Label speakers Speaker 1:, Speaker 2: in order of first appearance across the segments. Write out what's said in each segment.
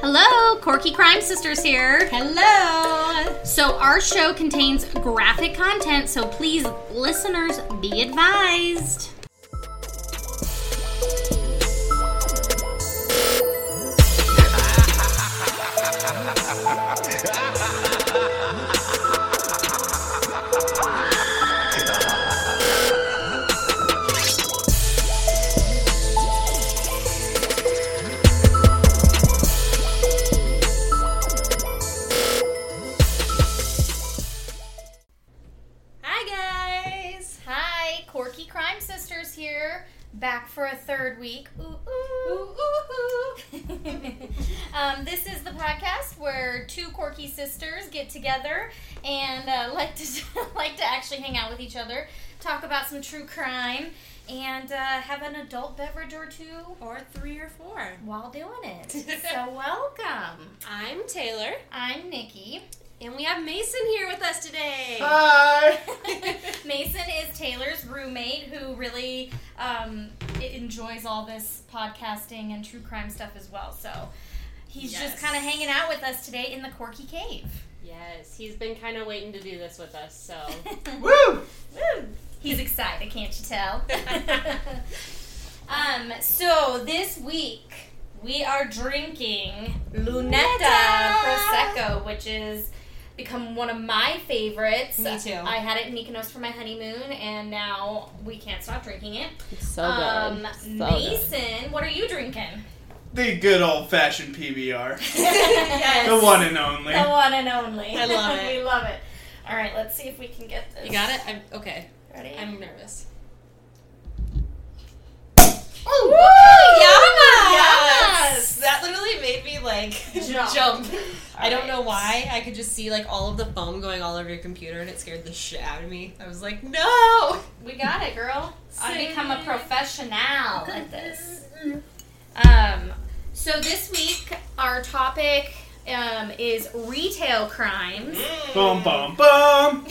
Speaker 1: Hello, Corky Crime Sisters here.
Speaker 2: Hello.
Speaker 1: So, our show contains graphic content, so please, listeners, be advised.
Speaker 2: Hi guys.
Speaker 1: Hi, Corky Crime Sisters here, back for a third week. Ooh, ooh. um, this is the podcast where two quirky sisters get together and uh, like to like to actually hang out with each other, talk about some true crime, and uh, have an adult beverage or two
Speaker 2: Or three or four.
Speaker 1: while doing it. so welcome.
Speaker 2: I'm Taylor,
Speaker 1: I'm Nikki.
Speaker 2: and we have Mason here with us today.
Speaker 3: Hi.
Speaker 1: Mason is Taylor's roommate who really um, i- enjoys all this podcasting and true crime stuff as well. So he's just
Speaker 2: Yes.
Speaker 1: kind of hanging out with us today in the Corky Cave.
Speaker 2: yes, he's been kind of waiting to do this with us, so
Speaker 3: Woo!
Speaker 1: Woo! He's excited, can't you tell? um, so this week we are drinking Lunetta Prosecco, which is become one of my favorites.
Speaker 2: Me too.
Speaker 1: I had it in Mykonos for my honeymoon, and now we can't stop drinking it.
Speaker 2: so
Speaker 1: um, Mason, what are you drinking?
Speaker 3: The good old fashioned PBR.
Speaker 1: yes.
Speaker 3: The one and only.
Speaker 1: The one and only.
Speaker 2: I love it.
Speaker 1: we love it. All right, let's see if we can get this.
Speaker 2: You got it? I'm okay.
Speaker 1: Ready?
Speaker 2: I'm nervous.
Speaker 1: Ooh,
Speaker 2: Yes!
Speaker 1: Yamas!
Speaker 2: That literally made me like
Speaker 1: Jump.
Speaker 2: jump. I don't
Speaker 1: Alright.
Speaker 2: know why. I could just see like all of the foam going all over your computer and it scared the shit out of me. I was like, no!
Speaker 1: We got it, girl. I
Speaker 2: Sick.
Speaker 1: become a professional at this.
Speaker 2: Mm-hmm.
Speaker 1: Um, so this week our topic um, is retail crimes,
Speaker 3: Bum bum bum.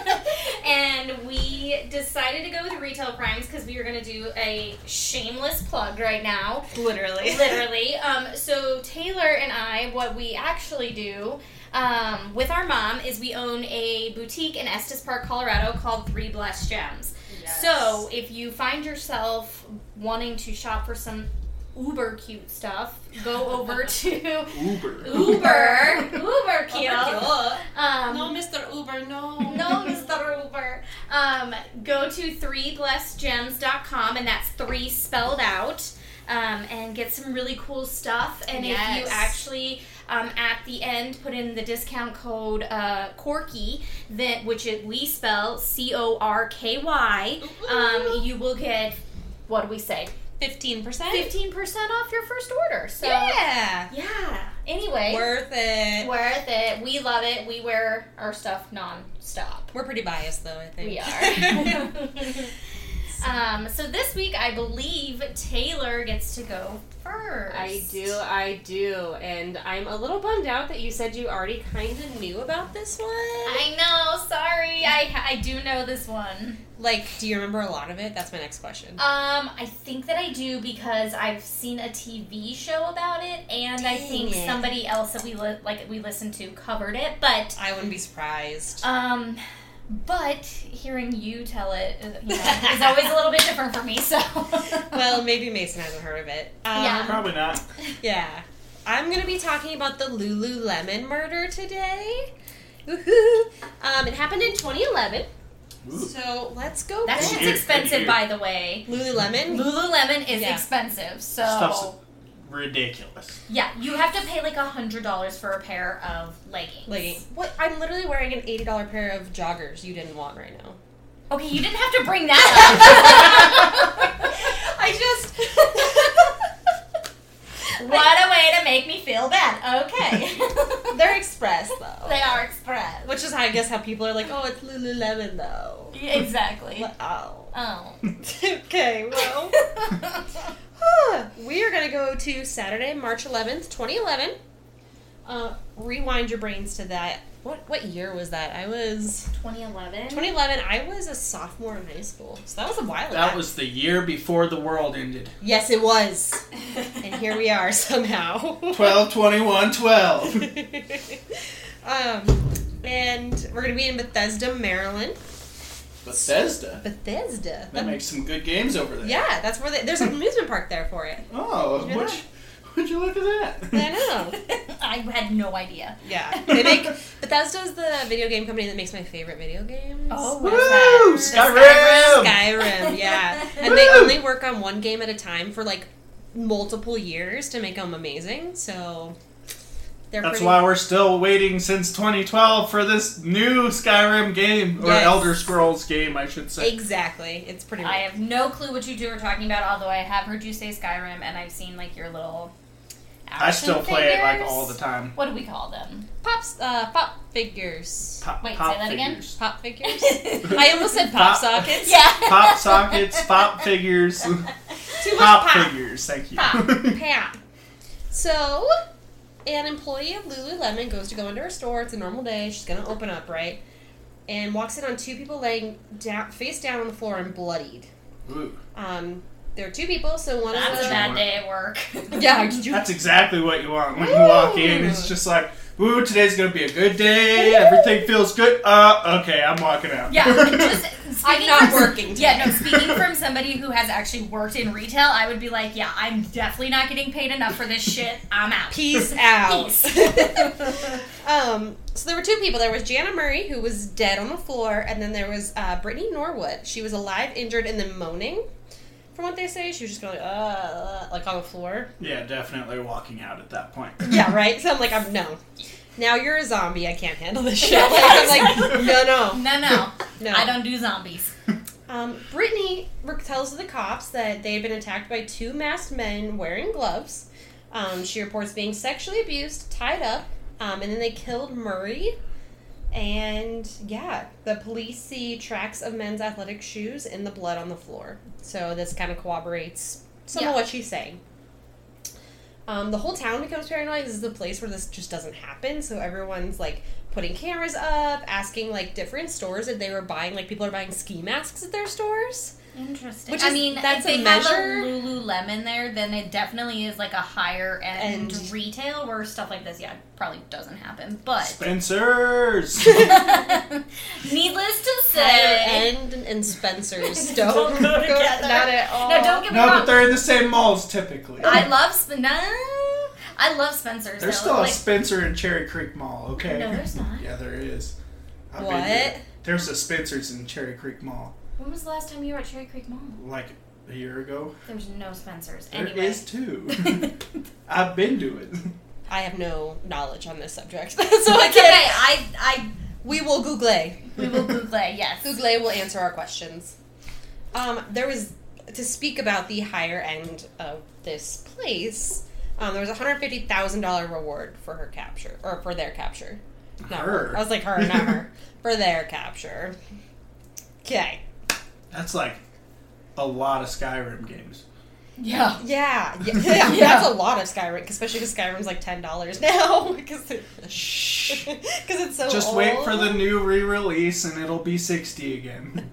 Speaker 1: and we decided to go with retail crimes because we were going to do a shameless plug right now.
Speaker 2: Literally.
Speaker 1: Literally. Um, so Taylor and I, what we actually do um, with our mom is we own a boutique in Estes Park, Colorado called Three Blessed Gems. So if you find yourself wanting to shop for some uber cute stuff, go over to
Speaker 3: Uber.
Speaker 1: Uber Uber cute. Um,
Speaker 2: No, Mr. Uber, no.
Speaker 1: no, Mr. Uber. Um, go to 3blessedgems.com, and that's three spelled out, um, and get some really cool stuff. And if
Speaker 2: Yes.
Speaker 1: you actually, um, at the end, put in the discount code uh, Corky, that, which it, we spell C O R K Y, um, you will get, what do we say,
Speaker 2: 15%.
Speaker 1: 15% off your first order. So,
Speaker 2: Yeah.
Speaker 1: yeah. Anyway.
Speaker 2: Worth it.
Speaker 1: Worth it. We love it. We wear our stuff non-stop.
Speaker 2: We're pretty biased though, I think.
Speaker 1: We are. um, so this week, I believe Taylor gets to go first.
Speaker 4: I do, I do, and I'm a little bummed out that you said you already kind of knew about this one.
Speaker 1: I know. Sorry, I I do know this one.
Speaker 2: like, do you remember a lot of it? That's my next question.
Speaker 1: Um, I think that I do because I've seen a TV show about it, and I
Speaker 2: Dang
Speaker 1: think
Speaker 2: it.
Speaker 1: somebody else that we li- like we listened to covered it. But
Speaker 2: I wouldn't be surprised.
Speaker 1: um, but hearing you tell it uh, you know, is always a little bit different for me. So
Speaker 2: well, maybe Mason hasn't heard of it. Um,
Speaker 1: Yeah.
Speaker 3: Probably not.
Speaker 2: Yeah. I'm going to be talking about the Lululemon murder today. Woohoo! Um, it happened in 2011.
Speaker 3: Ooh.
Speaker 2: So let's go.
Speaker 1: that
Speaker 2: back.
Speaker 1: shit's
Speaker 3: Here,
Speaker 1: expensive,
Speaker 3: here.
Speaker 1: by the way.
Speaker 2: Lululemon.
Speaker 1: Lululemon is
Speaker 2: Yeah.
Speaker 1: expensive, so
Speaker 3: Stuff's ridiculous.
Speaker 1: yeah, you have to pay like a hundred dollars for a pair of leggings.
Speaker 2: Like, what? I'm literally wearing an $80 pair of joggers you didn't want right now.
Speaker 1: Okay, you didn't have to bring that
Speaker 2: I just.
Speaker 1: up. what a way to make me feel bad. Okay,
Speaker 2: They're express though.
Speaker 1: they are express.
Speaker 2: Which is, I guess, how people are like, oh, it's Lululemon though.
Speaker 1: Yeah, exactly.
Speaker 2: Oh.
Speaker 1: Oh.
Speaker 2: okay, well. we are going to go to Saturday, March 11th, 2011. uh, rewind your brains to that. What what year was that? I was
Speaker 1: 2011.
Speaker 2: 2011. I was a sophomore in high school, so that was a while.
Speaker 3: That
Speaker 2: back.
Speaker 3: was the year before the world ended.
Speaker 2: yes, it was. And here we are somehow.
Speaker 3: 12, 21, 12.
Speaker 2: um, and we're gonna be in Bethesda, Maryland.
Speaker 3: Bethesda.
Speaker 2: Bethesda.
Speaker 3: That makes some good games over there.
Speaker 2: yeah, that's where they, there's an amusement park there for it.
Speaker 3: Oh,
Speaker 2: Yeah.
Speaker 3: would you, would you look at
Speaker 2: I
Speaker 3: that?
Speaker 2: know.
Speaker 1: I had no idea.
Speaker 2: Yeah, they make Bethesda's the video game company that makes my favorite video games.
Speaker 1: what is
Speaker 3: Woo! Skyrim!
Speaker 2: Skyrim, yeah. And they
Speaker 3: Woo!
Speaker 2: only work on one game at a time for like multiple years to make them amazing. So they're
Speaker 3: That's
Speaker 2: pretty.
Speaker 3: why we're still waiting since 2012 for this new Skyrim game, or
Speaker 2: Yes.
Speaker 3: Elder Scrolls game, I should say.
Speaker 2: exactly, it's pretty.
Speaker 1: I have no clue what you two are talking about, although I have heard you say Skyrim and I've seen like your little.
Speaker 3: I
Speaker 1: action
Speaker 3: still play it like
Speaker 1: figures.
Speaker 3: all the time.
Speaker 1: What do we call them?
Speaker 2: pops, uh, pop figures,
Speaker 3: Pop,
Speaker 1: Wait, say
Speaker 3: pop
Speaker 1: that again?
Speaker 3: figures.
Speaker 2: pop figures. I almost said pop
Speaker 3: Pop-
Speaker 2: sockets.
Speaker 1: yeah.
Speaker 3: Pop sockets, pop figures,
Speaker 2: too much
Speaker 3: pop
Speaker 2: pop.
Speaker 3: figures. Thank you.
Speaker 2: Pop. Pap. So, an employee of Lululemon goes to go into her store. It's a normal day. She's gonna open up, right? And walks in on two people laying down, face down on the floor and bloodied.
Speaker 3: Ooh,
Speaker 2: Um, there are two people, so one
Speaker 1: That's a
Speaker 2: of
Speaker 1: bad day at work.
Speaker 2: them. Yeah, did you?
Speaker 3: that's exactly what you want when you walk in. It's just like, ooh, today's gonna be a good day. Everything feels good. Uh, okay, I'm walking out.
Speaker 1: yeah, just speaking
Speaker 2: I'm not
Speaker 1: from-
Speaker 2: working. Today.
Speaker 1: Yeah, no, speaking from somebody who has actually worked in retail, I would be like, yeah, I'm definitely not getting paid enough for this shit. I'm out.
Speaker 2: Peace out.
Speaker 1: Peace.
Speaker 2: um, so there were two people. There was Jana Murray, who was dead on the floor, and then there was uh, Brittany Norwood. She was alive, injured, and then moaning. From what they say, she was just going like, uh, uh, like on the floor.
Speaker 3: yeah, definitely walking out at that point.
Speaker 2: Yeah, right. So I'm like, I'm no. Now you're a zombie. I can't handle this shit. Like, I'm like, no, no,
Speaker 1: no, no,
Speaker 2: no.
Speaker 1: I don't do zombies.
Speaker 2: Um, Brittany rec- tells the cops that they had been attacked by two masked men wearing gloves. Um, she reports being sexually abused, tied up, um, and then they killed Murray. And yeah, the police see tracks of men's athletic shoes in the blood on the floor. So this kind of corroborates some
Speaker 1: Yeah.
Speaker 2: of what she's saying. Um, the whole town becomes paranoid. This is the place where this just doesn't happen. So everyone's like putting cameras up, asking like different stores if they were buying like people are buying ski masks at their stores.
Speaker 1: Interesting.
Speaker 2: Which
Speaker 1: I
Speaker 2: is-
Speaker 1: mean,
Speaker 2: that's
Speaker 1: if
Speaker 2: a
Speaker 1: they
Speaker 2: measure.
Speaker 1: have a Lululemon there, then it definitely is like a higher end
Speaker 2: And-
Speaker 1: retail where stuff like this, yeah, probably doesn't happen. But
Speaker 3: Spencer's.
Speaker 1: needless to
Speaker 2: Higher
Speaker 1: say,
Speaker 2: end and Spencer's don't,
Speaker 1: Don't go together.
Speaker 2: Not at all.
Speaker 1: no, don't get me
Speaker 3: no,
Speaker 1: wrong.
Speaker 3: but they're in the same malls typically.
Speaker 1: I love Spen- no, I love Spencer's.
Speaker 3: There's
Speaker 1: though.
Speaker 3: still a
Speaker 1: Like-
Speaker 3: Spencer in Cherry Creek Mall, okay?
Speaker 1: no, there's not.
Speaker 3: Yeah, there is. I've been
Speaker 2: What?
Speaker 3: there. There's a Spencer's in Cherry Creek Mall,
Speaker 1: When was the last time you were at Cherry Creek Mall?
Speaker 3: like a year ago.
Speaker 1: There's no Spencer's.
Speaker 3: There is
Speaker 1: anyway.
Speaker 3: too. I've been to it.
Speaker 2: I have no knowledge on this subject, so I
Speaker 1: It's okay.
Speaker 2: can't.
Speaker 1: I, I,
Speaker 2: We will Google.
Speaker 1: we will Google it. Yes.
Speaker 2: Google will answer our questions. Um, there was to speak about the higher end of this place. Um, there was a hundred fifty thousand dollar reward for her capture, or for their capture. Not
Speaker 3: Her.
Speaker 2: I was like her, not her. For their capture. Okay.
Speaker 3: That's like a lot of Skyrim games.
Speaker 1: Yeah.
Speaker 2: Yeah, yeah,
Speaker 1: Yeah.
Speaker 2: That's a lot of Skyrim, especially because Skyrim's like ten dollars now because because it's so.
Speaker 3: Just wait
Speaker 2: old.
Speaker 3: for the new re-release, and it'll be sixty again.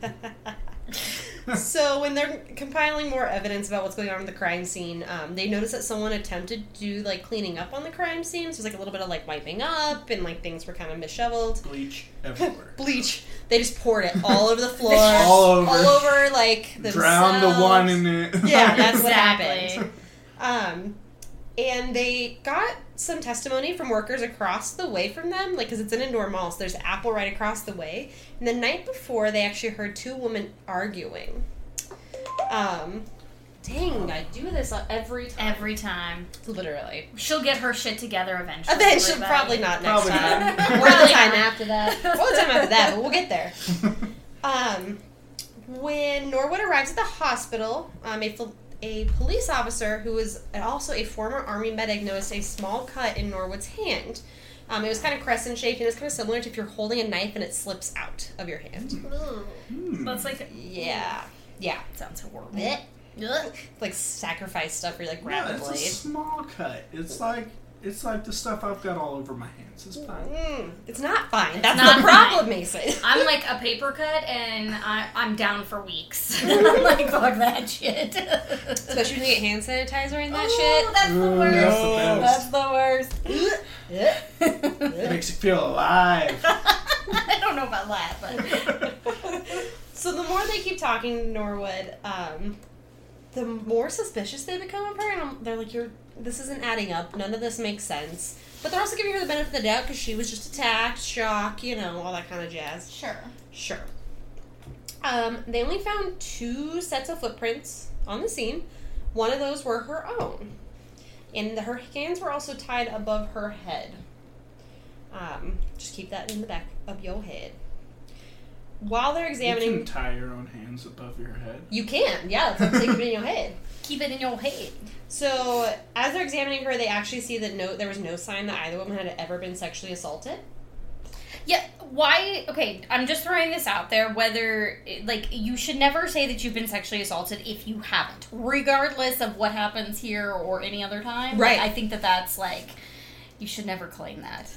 Speaker 2: so when they're compiling more evidence about what's going on in the crime scene, um, they notice that someone attempted to do like cleaning up on the crime scene. So there's like a little bit of like wiping up and like things were kind of disheveled.
Speaker 3: Bleach everywhere.
Speaker 2: Bleach. They just poured it all over the floor,
Speaker 3: All over.
Speaker 2: all over like themselves.
Speaker 3: Drown the one in it.
Speaker 2: Yeah, that's what
Speaker 1: Exactly.
Speaker 2: happened. Um, and they got some testimony from workers across the way from them, like because it's an indoor mall, so there's Apple right across the way. And the night before, they actually heard two women arguing. Um, dang, I do this every time.
Speaker 1: Every time
Speaker 2: Literally.
Speaker 1: she'll get her shit together eventually.
Speaker 2: Eventually,
Speaker 1: everybody.
Speaker 2: probably not next
Speaker 3: Probably
Speaker 2: time,
Speaker 3: not.
Speaker 2: or the
Speaker 1: Probably
Speaker 2: time
Speaker 1: not.
Speaker 2: after that, or the time after that. But we'll get there. Um, when Norwood arrives at the hospital, um, a, fol- a police officer who was also a former army medic noticed a small cut in Norwood's hand. Um, it was kind of crescent shaped, and it's kind of similar to if you're holding a knife and it slips out of your hand.
Speaker 1: Ugh.
Speaker 3: Hmm.
Speaker 1: That's like
Speaker 2: Yeah, yeah,
Speaker 1: sounds horrible.
Speaker 2: Blech.
Speaker 1: Ugh.
Speaker 2: like sacrifice stuff. Where you like grab
Speaker 3: Yeah,
Speaker 2: a
Speaker 3: it's a
Speaker 2: blade.
Speaker 3: small cut. It's like It's like the stuff I've got all over my hands. It's fine.
Speaker 2: Mm, it's not fine. That's
Speaker 1: not
Speaker 2: the problem, Mason.
Speaker 1: I'm like a paper cut, and I, I'm down for weeks. I'm like, fuck that shit.
Speaker 2: Especially when you get hand sanitizer in that
Speaker 1: Oh, that's the
Speaker 3: Ooh,
Speaker 1: worst. That's
Speaker 3: That's
Speaker 1: the worst.
Speaker 3: the best. Makes you feel alive.
Speaker 1: I don't know about that, but
Speaker 2: shit. so the more they keep talking to Norwood, um, the more suspicious they become of her, and I'm- they're like, "You're this isn't adding up. None of this makes sense." But they're also giving her the benefit of the doubt because she was just attacked, shock, you know, all that kind of jazz.
Speaker 1: sure.
Speaker 2: Sure. Um, they only found two sets of footprints on the scene. One of those were her own, and the, her hands were also tied above her head. Um, just keep that in the back of your head. While they're
Speaker 3: You
Speaker 2: examining,
Speaker 3: can tie your own hands above your head.
Speaker 2: you can, yeah, that's what- keep it in your head.
Speaker 1: Keep it in your head.
Speaker 2: So as they're examining her, they actually see that no, there was no sign that either woman had ever been sexually assaulted.
Speaker 1: Yeah, why? Okay, I'm just throwing this out there. Whether, like, you should never say that you've been sexually assaulted if you haven't, regardless of what happens here or any other time. Like,
Speaker 2: Right.
Speaker 1: I think that that's like, you should never claim that.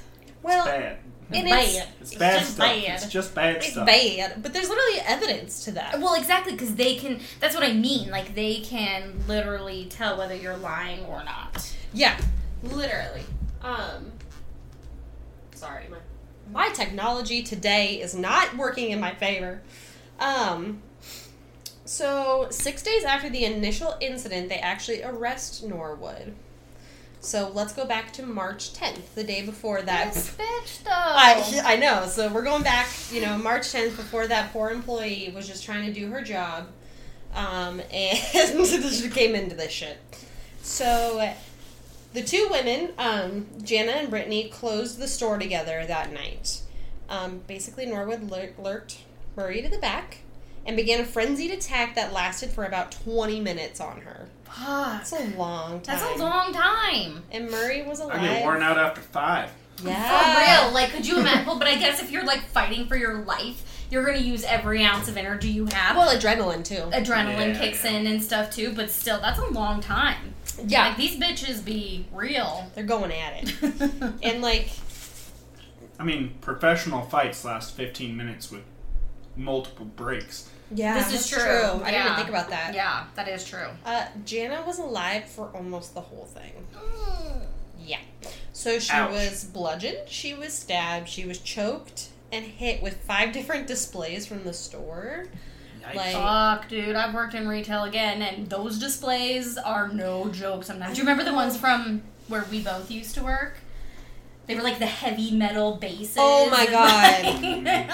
Speaker 2: Well,
Speaker 3: Bad.
Speaker 2: and
Speaker 1: Bad.
Speaker 3: It's
Speaker 1: It's
Speaker 3: bad
Speaker 1: just
Speaker 3: stuff.
Speaker 1: bad.
Speaker 3: It's just bad
Speaker 2: it's, it's
Speaker 3: stuff.
Speaker 2: bad, but there's literally evidence to that.
Speaker 1: Well, exactly, because they can. That's what I mean. Like, they can literally tell whether you're lying or not.
Speaker 2: Yeah,
Speaker 5: Literally. Um. Sorry, my.
Speaker 2: my technology today is not working in my favor. Um, so, six days after the initial incident, they actually arrest Norwood. So, let's go back to March 10th, the day before that.
Speaker 1: This bitch, though. Oh.
Speaker 2: I, I know, so we're going back, you know, March 10th, before that poor employee was just trying to do her job. Um, and she came into this shit. So, the two women, um, Jana and Brittany, closed the store together that night. Um, basically, Norwood lur- lurked Murray to the back and began a frenzied attack that lasted for about 20 minutes on her.
Speaker 1: Fuck.
Speaker 2: That's a long time.
Speaker 1: That's a long time.
Speaker 2: And Murray was alive.
Speaker 3: I get worn out after five.
Speaker 1: For
Speaker 2: Yeah.
Speaker 1: real. Like, could you imagine? well, but I guess if you're, like, fighting for your life, you're going to use every ounce of energy you have.
Speaker 2: Well, adrenaline, too.
Speaker 1: Adrenaline
Speaker 3: Yeah.
Speaker 1: kicks in and stuff, too, but still, that's a long time.
Speaker 2: Yeah.
Speaker 1: Like, these bitches be real.
Speaker 2: They're going at it. And, like,
Speaker 3: I mean, professional fights last 15 minutes with multiple breaks.
Speaker 2: yeah.
Speaker 1: This is
Speaker 2: that's
Speaker 1: true.
Speaker 2: I didn't even
Speaker 1: Yeah.
Speaker 2: think about that.
Speaker 1: yeah, that is true.
Speaker 2: Uh, Jana was alive for almost the whole thing. Mm. Yeah. So she
Speaker 3: Ouch.
Speaker 2: was bludgeoned, she was stabbed, she was choked and hit with five different displays from the store. Like-
Speaker 1: Fuck, dude. I've worked in retail again, and those displays are no joke sometimes. Do you remember the ones from where we both used to work? They were like the heavy metal bases.
Speaker 2: Oh my
Speaker 1: and, like-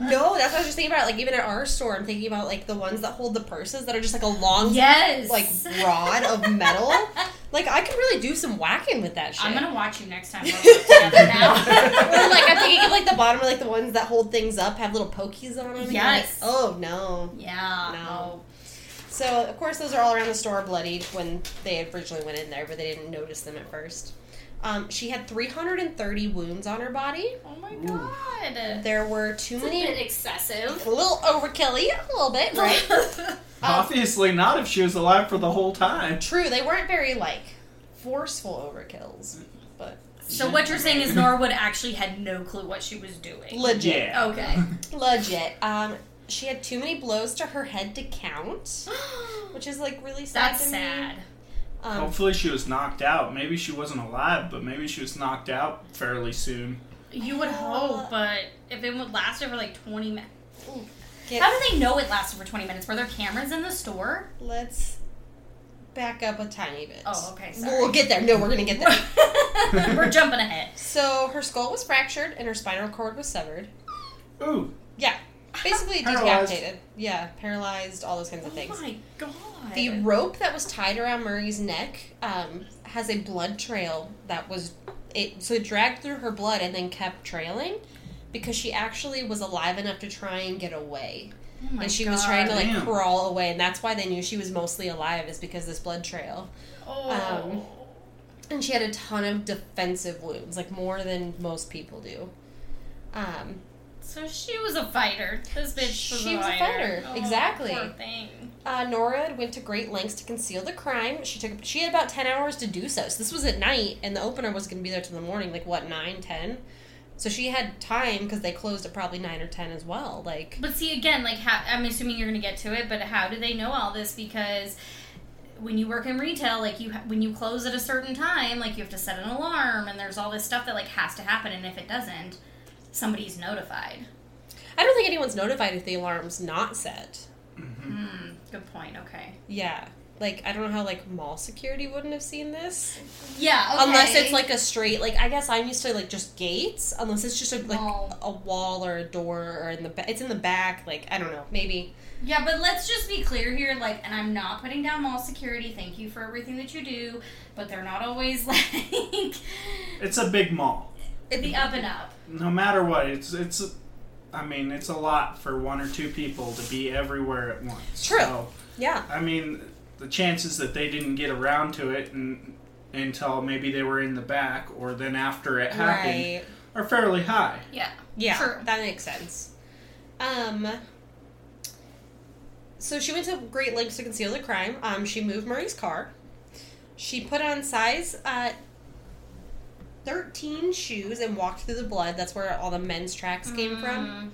Speaker 2: No, that's what I was just thinking about. Like even at our store, I'm thinking about like the ones that hold the purses that are just like a long
Speaker 1: yes.
Speaker 2: like rod of metal. Like I could really do some whacking with that shit.
Speaker 1: I'm gonna watch you next time. We're together
Speaker 2: Or,
Speaker 1: now.
Speaker 2: like I'm thinking of like the bottom of like the ones that hold things up have little pokies on them. and you're like,
Speaker 1: Yes.
Speaker 2: oh no.
Speaker 1: yeah.
Speaker 2: No. So of course those are all around the store bloodied when they originally went in there, but they didn't notice them at first. Um, she had 330 wounds on her body.
Speaker 1: Oh my
Speaker 3: Ooh.
Speaker 1: god. That's
Speaker 2: There were too
Speaker 1: a
Speaker 2: many,
Speaker 1: bit excessive.
Speaker 2: a little overkill, yeah, a little bit, right?
Speaker 3: Obviously not if she was alive for the whole time.
Speaker 2: True, they weren't very like forceful overkills, but
Speaker 1: so what you're saying is Norwood actually had no clue what she was doing.
Speaker 2: legit,
Speaker 3: Yeah.
Speaker 1: Okay.
Speaker 2: legit. Um, she had too many blows to her head to count, which is like really sad.
Speaker 1: That's
Speaker 2: to me.
Speaker 1: sad.
Speaker 2: Um,
Speaker 3: Hopefully she was knocked out. Maybe she wasn't alive, but maybe she was knocked out fairly soon.
Speaker 1: You would
Speaker 2: Uh,
Speaker 1: hope, but if it would lasted for like 20 minutes.
Speaker 2: get-
Speaker 1: How did they know it lasted for 20 minutes? Were there cameras in the store?
Speaker 2: let's back up a tiny bit.
Speaker 1: Oh, okay, sorry.
Speaker 2: We'll get there. No, we're gonna get there.
Speaker 1: We're jumping ahead.
Speaker 2: so her skull was fractured and her spinal cord was severed.
Speaker 3: Ooh,
Speaker 2: Yeah, basically
Speaker 3: Paralyzed.
Speaker 2: decapitated. Yeah, paralyzed, all those kinds of things.
Speaker 1: Oh my god. Oh
Speaker 2: The rope that was tied around Murray's neck um, has a blood trail that was it so it dragged through her blood and then kept trailing because she actually was alive enough to try and get away.
Speaker 1: Oh my
Speaker 2: and she was trying to
Speaker 1: God.
Speaker 2: like
Speaker 3: Damn.
Speaker 2: crawl away and that's why they knew she was mostly alive is because this blood trail.
Speaker 1: Oh.
Speaker 2: um, And she had a ton of defensive wounds, like more than most people do. Um
Speaker 1: So she was a fighter. This bitch was
Speaker 2: She
Speaker 1: a
Speaker 2: was a
Speaker 1: fighter.
Speaker 2: fighter,
Speaker 1: Oh,
Speaker 2: exactly.
Speaker 1: Poor thing.
Speaker 2: Uh, Nora went to great lengths to conceal the crime. She took she had about ten hours to do so. So this was at night, and the opener was going to be there till the morning, like what nine, ten. So she had time because they closed at probably nine or ten as well. Like
Speaker 1: But see, again, like how, I'm assuming you're going to get to it, but how do they know all this? Because when you work in retail, like you ha- when you close at a certain time, like you have to set an alarm, and there's all this stuff that like has to happen, and if it doesn't, somebody's notified.
Speaker 2: I don't think anyone's notified if the alarm's not set.
Speaker 1: Hmm. Good point. Okay.
Speaker 2: Yeah, like I don't know how like mall security wouldn't have seen this
Speaker 1: Yeah.
Speaker 2: unless it's like a straight. Like I guess I'm used to like just gates. Unless it's just a, like
Speaker 1: Mall.
Speaker 2: a wall or a door or in the ba- it's in the back. Like I don't know, maybe.
Speaker 1: Yeah, but let's just be clear here, like, and I'm not putting down mall security. Thank you for everything that you do, but they're not always like
Speaker 3: It's a big mall.
Speaker 1: the up and up.
Speaker 3: No matter what, it's it's. I mean, it's a lot for one or two people to be everywhere at once.
Speaker 2: True.
Speaker 3: So,
Speaker 2: Yeah,
Speaker 3: I mean, the chances that they didn't get around to it and, until maybe they were in the back or then after it happened
Speaker 2: right.
Speaker 3: are fairly high.
Speaker 1: Yeah.
Speaker 2: Yeah,
Speaker 1: True.
Speaker 2: that makes sense. Um, so she went to great lengths to conceal the crime. Um, she moved Murray's car. She put on size uh, thirteen shoes and walked through the blood. That's where all the men's tracks came from.
Speaker 1: Mm.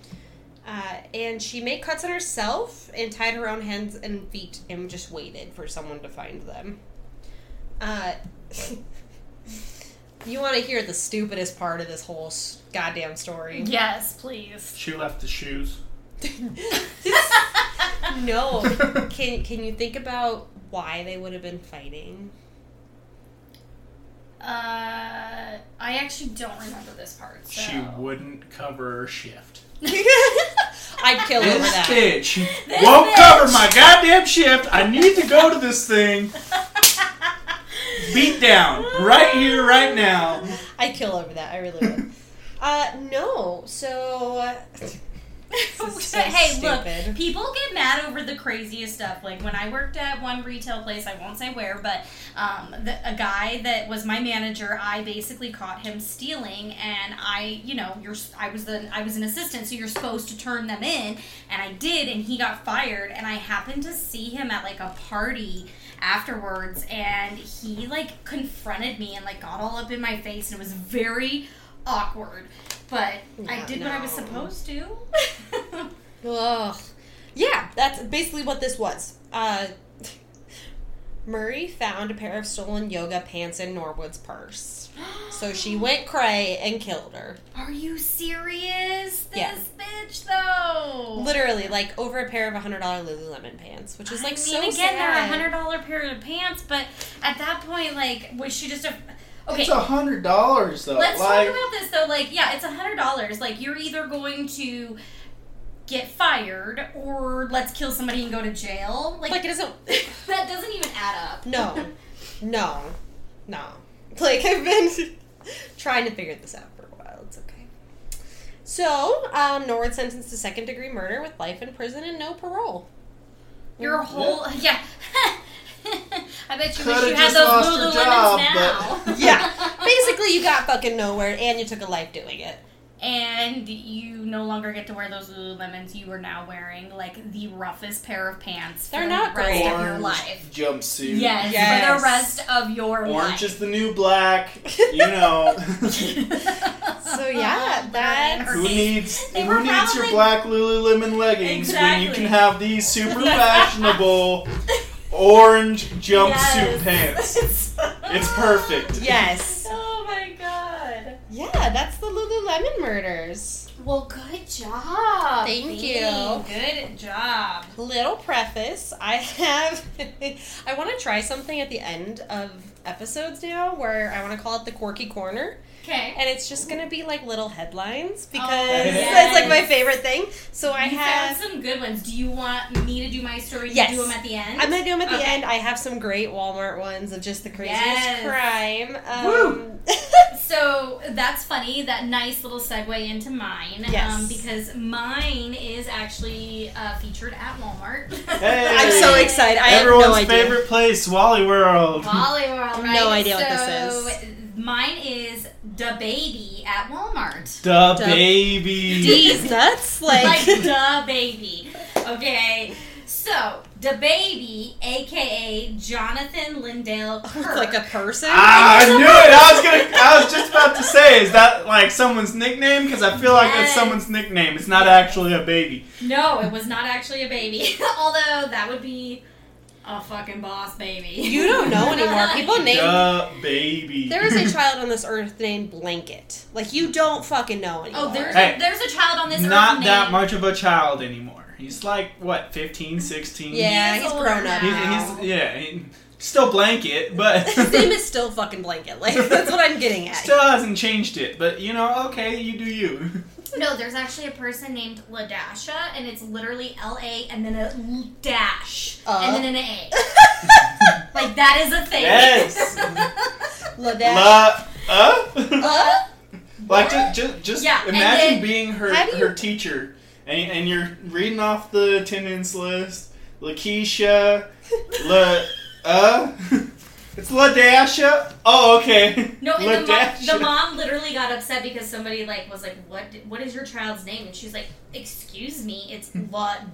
Speaker 2: Uh, and she made cuts on herself and tied her own hands and feet and just waited for someone to find them. Uh, you want to hear the stupidest part of this whole s- goddamn story?
Speaker 1: Mm, Yes, please.
Speaker 3: She left the shoes.
Speaker 1: Uh,
Speaker 2: no. Can can you think about why they would have been fighting?
Speaker 1: Uh, I actually don't remember this part. So.
Speaker 3: She wouldn't cover her shift.
Speaker 2: I'd kill over
Speaker 3: This
Speaker 2: that.
Speaker 3: bitch
Speaker 1: This
Speaker 3: won't
Speaker 1: bitch.
Speaker 3: cover my goddamn shift. I need to go to this thing. Beat down right here, right now.
Speaker 2: I'd kill over that. I really would. Uh, no. So uh, This is so
Speaker 1: hey,
Speaker 2: stupid.
Speaker 1: look, people get mad over the craziest stuff. Like when I worked at one retail place, I won't say where, but um, the, a guy that was my manager, I basically caught him stealing, and I, you know, you're, s- I was the, I was an assistant, so you're supposed to turn them in, and I did, and he got fired, and I happened to see him at like a party afterwards, and he like confronted me and like got all up in my face, and it was very awkward. But I
Speaker 2: Yeah,
Speaker 1: did what I was
Speaker 2: no.
Speaker 1: supposed to.
Speaker 2: Ugh. Yeah, that's basically what this was. Uh, Murray found a pair of stolen yoga pants in Norwood's purse. So she went cray and killed her.
Speaker 1: Are you serious? This
Speaker 2: Yeah.
Speaker 1: bitch, though.
Speaker 2: Literally, like over a pair of $100 Lululemon pants, which is like
Speaker 1: I mean,
Speaker 2: so
Speaker 1: again, they're a
Speaker 2: sad.
Speaker 1: hundred dollar pair of pants, but at that point, like, was she just a? Okay,
Speaker 3: It's a hundred dollars though.
Speaker 1: let's
Speaker 3: like,
Speaker 1: talk about this though. Like, yeah, it's a hundred dollars. Like, you're either going to get fired or let's kill somebody and go to jail. Like,
Speaker 2: Like it doesn't.
Speaker 1: that doesn't even add up.
Speaker 2: No, no, no. Like I've been trying to figure this out for a while. It's okay. So um, Norwood sentenced to second degree murder with life in prison and no parole.
Speaker 1: Your whole yeah. I bet you wish
Speaker 3: Coulda
Speaker 1: you had
Speaker 3: just
Speaker 1: those
Speaker 3: lost her
Speaker 1: Lululemons
Speaker 3: job,
Speaker 1: now.
Speaker 3: but-
Speaker 2: yeah. Basically, you got fucking nowhere, and you took a life doing it.
Speaker 1: and you no longer get to wear those Lululemons. You are now wearing like the roughest pair of pants. For
Speaker 2: They're
Speaker 1: the
Speaker 2: not
Speaker 1: rest
Speaker 2: great.
Speaker 1: of your
Speaker 3: orange
Speaker 1: life.
Speaker 3: jumpsuit.
Speaker 1: Yes, for
Speaker 2: Yes.
Speaker 1: the rest of your
Speaker 3: Orange
Speaker 1: life.
Speaker 3: is the new black. You know.
Speaker 2: So yeah, that's-
Speaker 3: Who needs
Speaker 1: They
Speaker 3: who
Speaker 1: were
Speaker 3: needs your
Speaker 1: probably-
Speaker 3: black Lululemon leggings when you
Speaker 1: Exactly.
Speaker 3: can have these super fashionable orange jumpsuit
Speaker 1: Yes.
Speaker 3: pants? It's perfect.
Speaker 2: Yes.
Speaker 1: Oh my god.
Speaker 2: Yeah, that's the Lululemon murders.
Speaker 1: Well, good job.
Speaker 2: Thank
Speaker 1: Bea.
Speaker 2: you.
Speaker 1: Good job.
Speaker 2: Little preface: I have, I want to try something at the end of episodes now, where I want to call it the quirky corner.
Speaker 1: Okay.
Speaker 2: and it's just gonna be like little headlines because
Speaker 1: Oh, yes.
Speaker 2: that's like my favorite thing. So I
Speaker 1: you
Speaker 2: have,
Speaker 1: found some good ones. Do you want me to do my story?
Speaker 2: Yes.
Speaker 1: You do them at the end.
Speaker 2: I'm gonna do them at the
Speaker 1: Okay.
Speaker 2: end. I have some great Walmart ones of just the craziest
Speaker 1: Yes.
Speaker 2: crime. Um,
Speaker 3: Woo.
Speaker 1: So that's funny. That nice little segue into mine.
Speaker 2: Yes.
Speaker 1: Um, because mine is actually uh, featured at Walmart.
Speaker 3: Hey.
Speaker 2: I'm so excited. I
Speaker 3: Everyone's
Speaker 2: have no idea.
Speaker 3: favorite place, Wally World.
Speaker 1: Wally World, right?
Speaker 2: No idea what this
Speaker 1: So,
Speaker 2: is.
Speaker 1: Mine is the baby at Walmart.
Speaker 3: Da
Speaker 2: Da-
Speaker 3: baby.
Speaker 1: Jeez.
Speaker 2: nuts?
Speaker 1: Like
Speaker 2: Like,
Speaker 1: the baby. Okay. So the baby, aka Jonathan Lindell Kirk.
Speaker 2: Oh, like a person?
Speaker 3: Ah, I knew it. I was gonna. I was just about to say, is that like someone's nickname? Because I feel like it's
Speaker 1: Yes.
Speaker 3: someone's nickname. It's not actually a baby.
Speaker 1: no, it was not actually a baby. Although that would be a fucking boss baby.
Speaker 2: you don't know anymore. People name.
Speaker 3: Da baby.
Speaker 2: There is a child on this earth named Blanket. Like, you don't fucking know anymore.
Speaker 1: Oh, there's
Speaker 3: Hey,
Speaker 1: a, there's a child on this
Speaker 3: not
Speaker 1: earth
Speaker 3: that
Speaker 1: named-
Speaker 3: much of a child anymore. He's like what, 15, 16?
Speaker 2: Yeah,
Speaker 1: He is
Speaker 2: he's
Speaker 1: older
Speaker 2: grown up.
Speaker 3: He's,
Speaker 2: now.
Speaker 3: he's yeah. He, still blanket, but
Speaker 2: His name is still fucking Blanket. Like, that's what I'm getting at.
Speaker 3: still hasn't changed it. But you know, okay, you do you.
Speaker 1: No, there's actually a person named Ladasha, and it's literally L A and then a l- dash and then an A. like that is a thing.
Speaker 3: Yes.
Speaker 2: Ladash.
Speaker 3: La. Uh?
Speaker 2: Uh?
Speaker 3: Like just, just, just
Speaker 1: Yeah, and
Speaker 3: imagine
Speaker 1: then-
Speaker 3: being her
Speaker 2: How do you-
Speaker 3: her teacher, and, and you're reading off the attendance list. Lakeisha, La, uh, it's Ladasha. Oh, okay.
Speaker 1: No, and the mom,
Speaker 3: Ladasha.
Speaker 1: the mom literally got upset because somebody like was like, "What? What is your child's name?" And she's like, "Excuse me, it's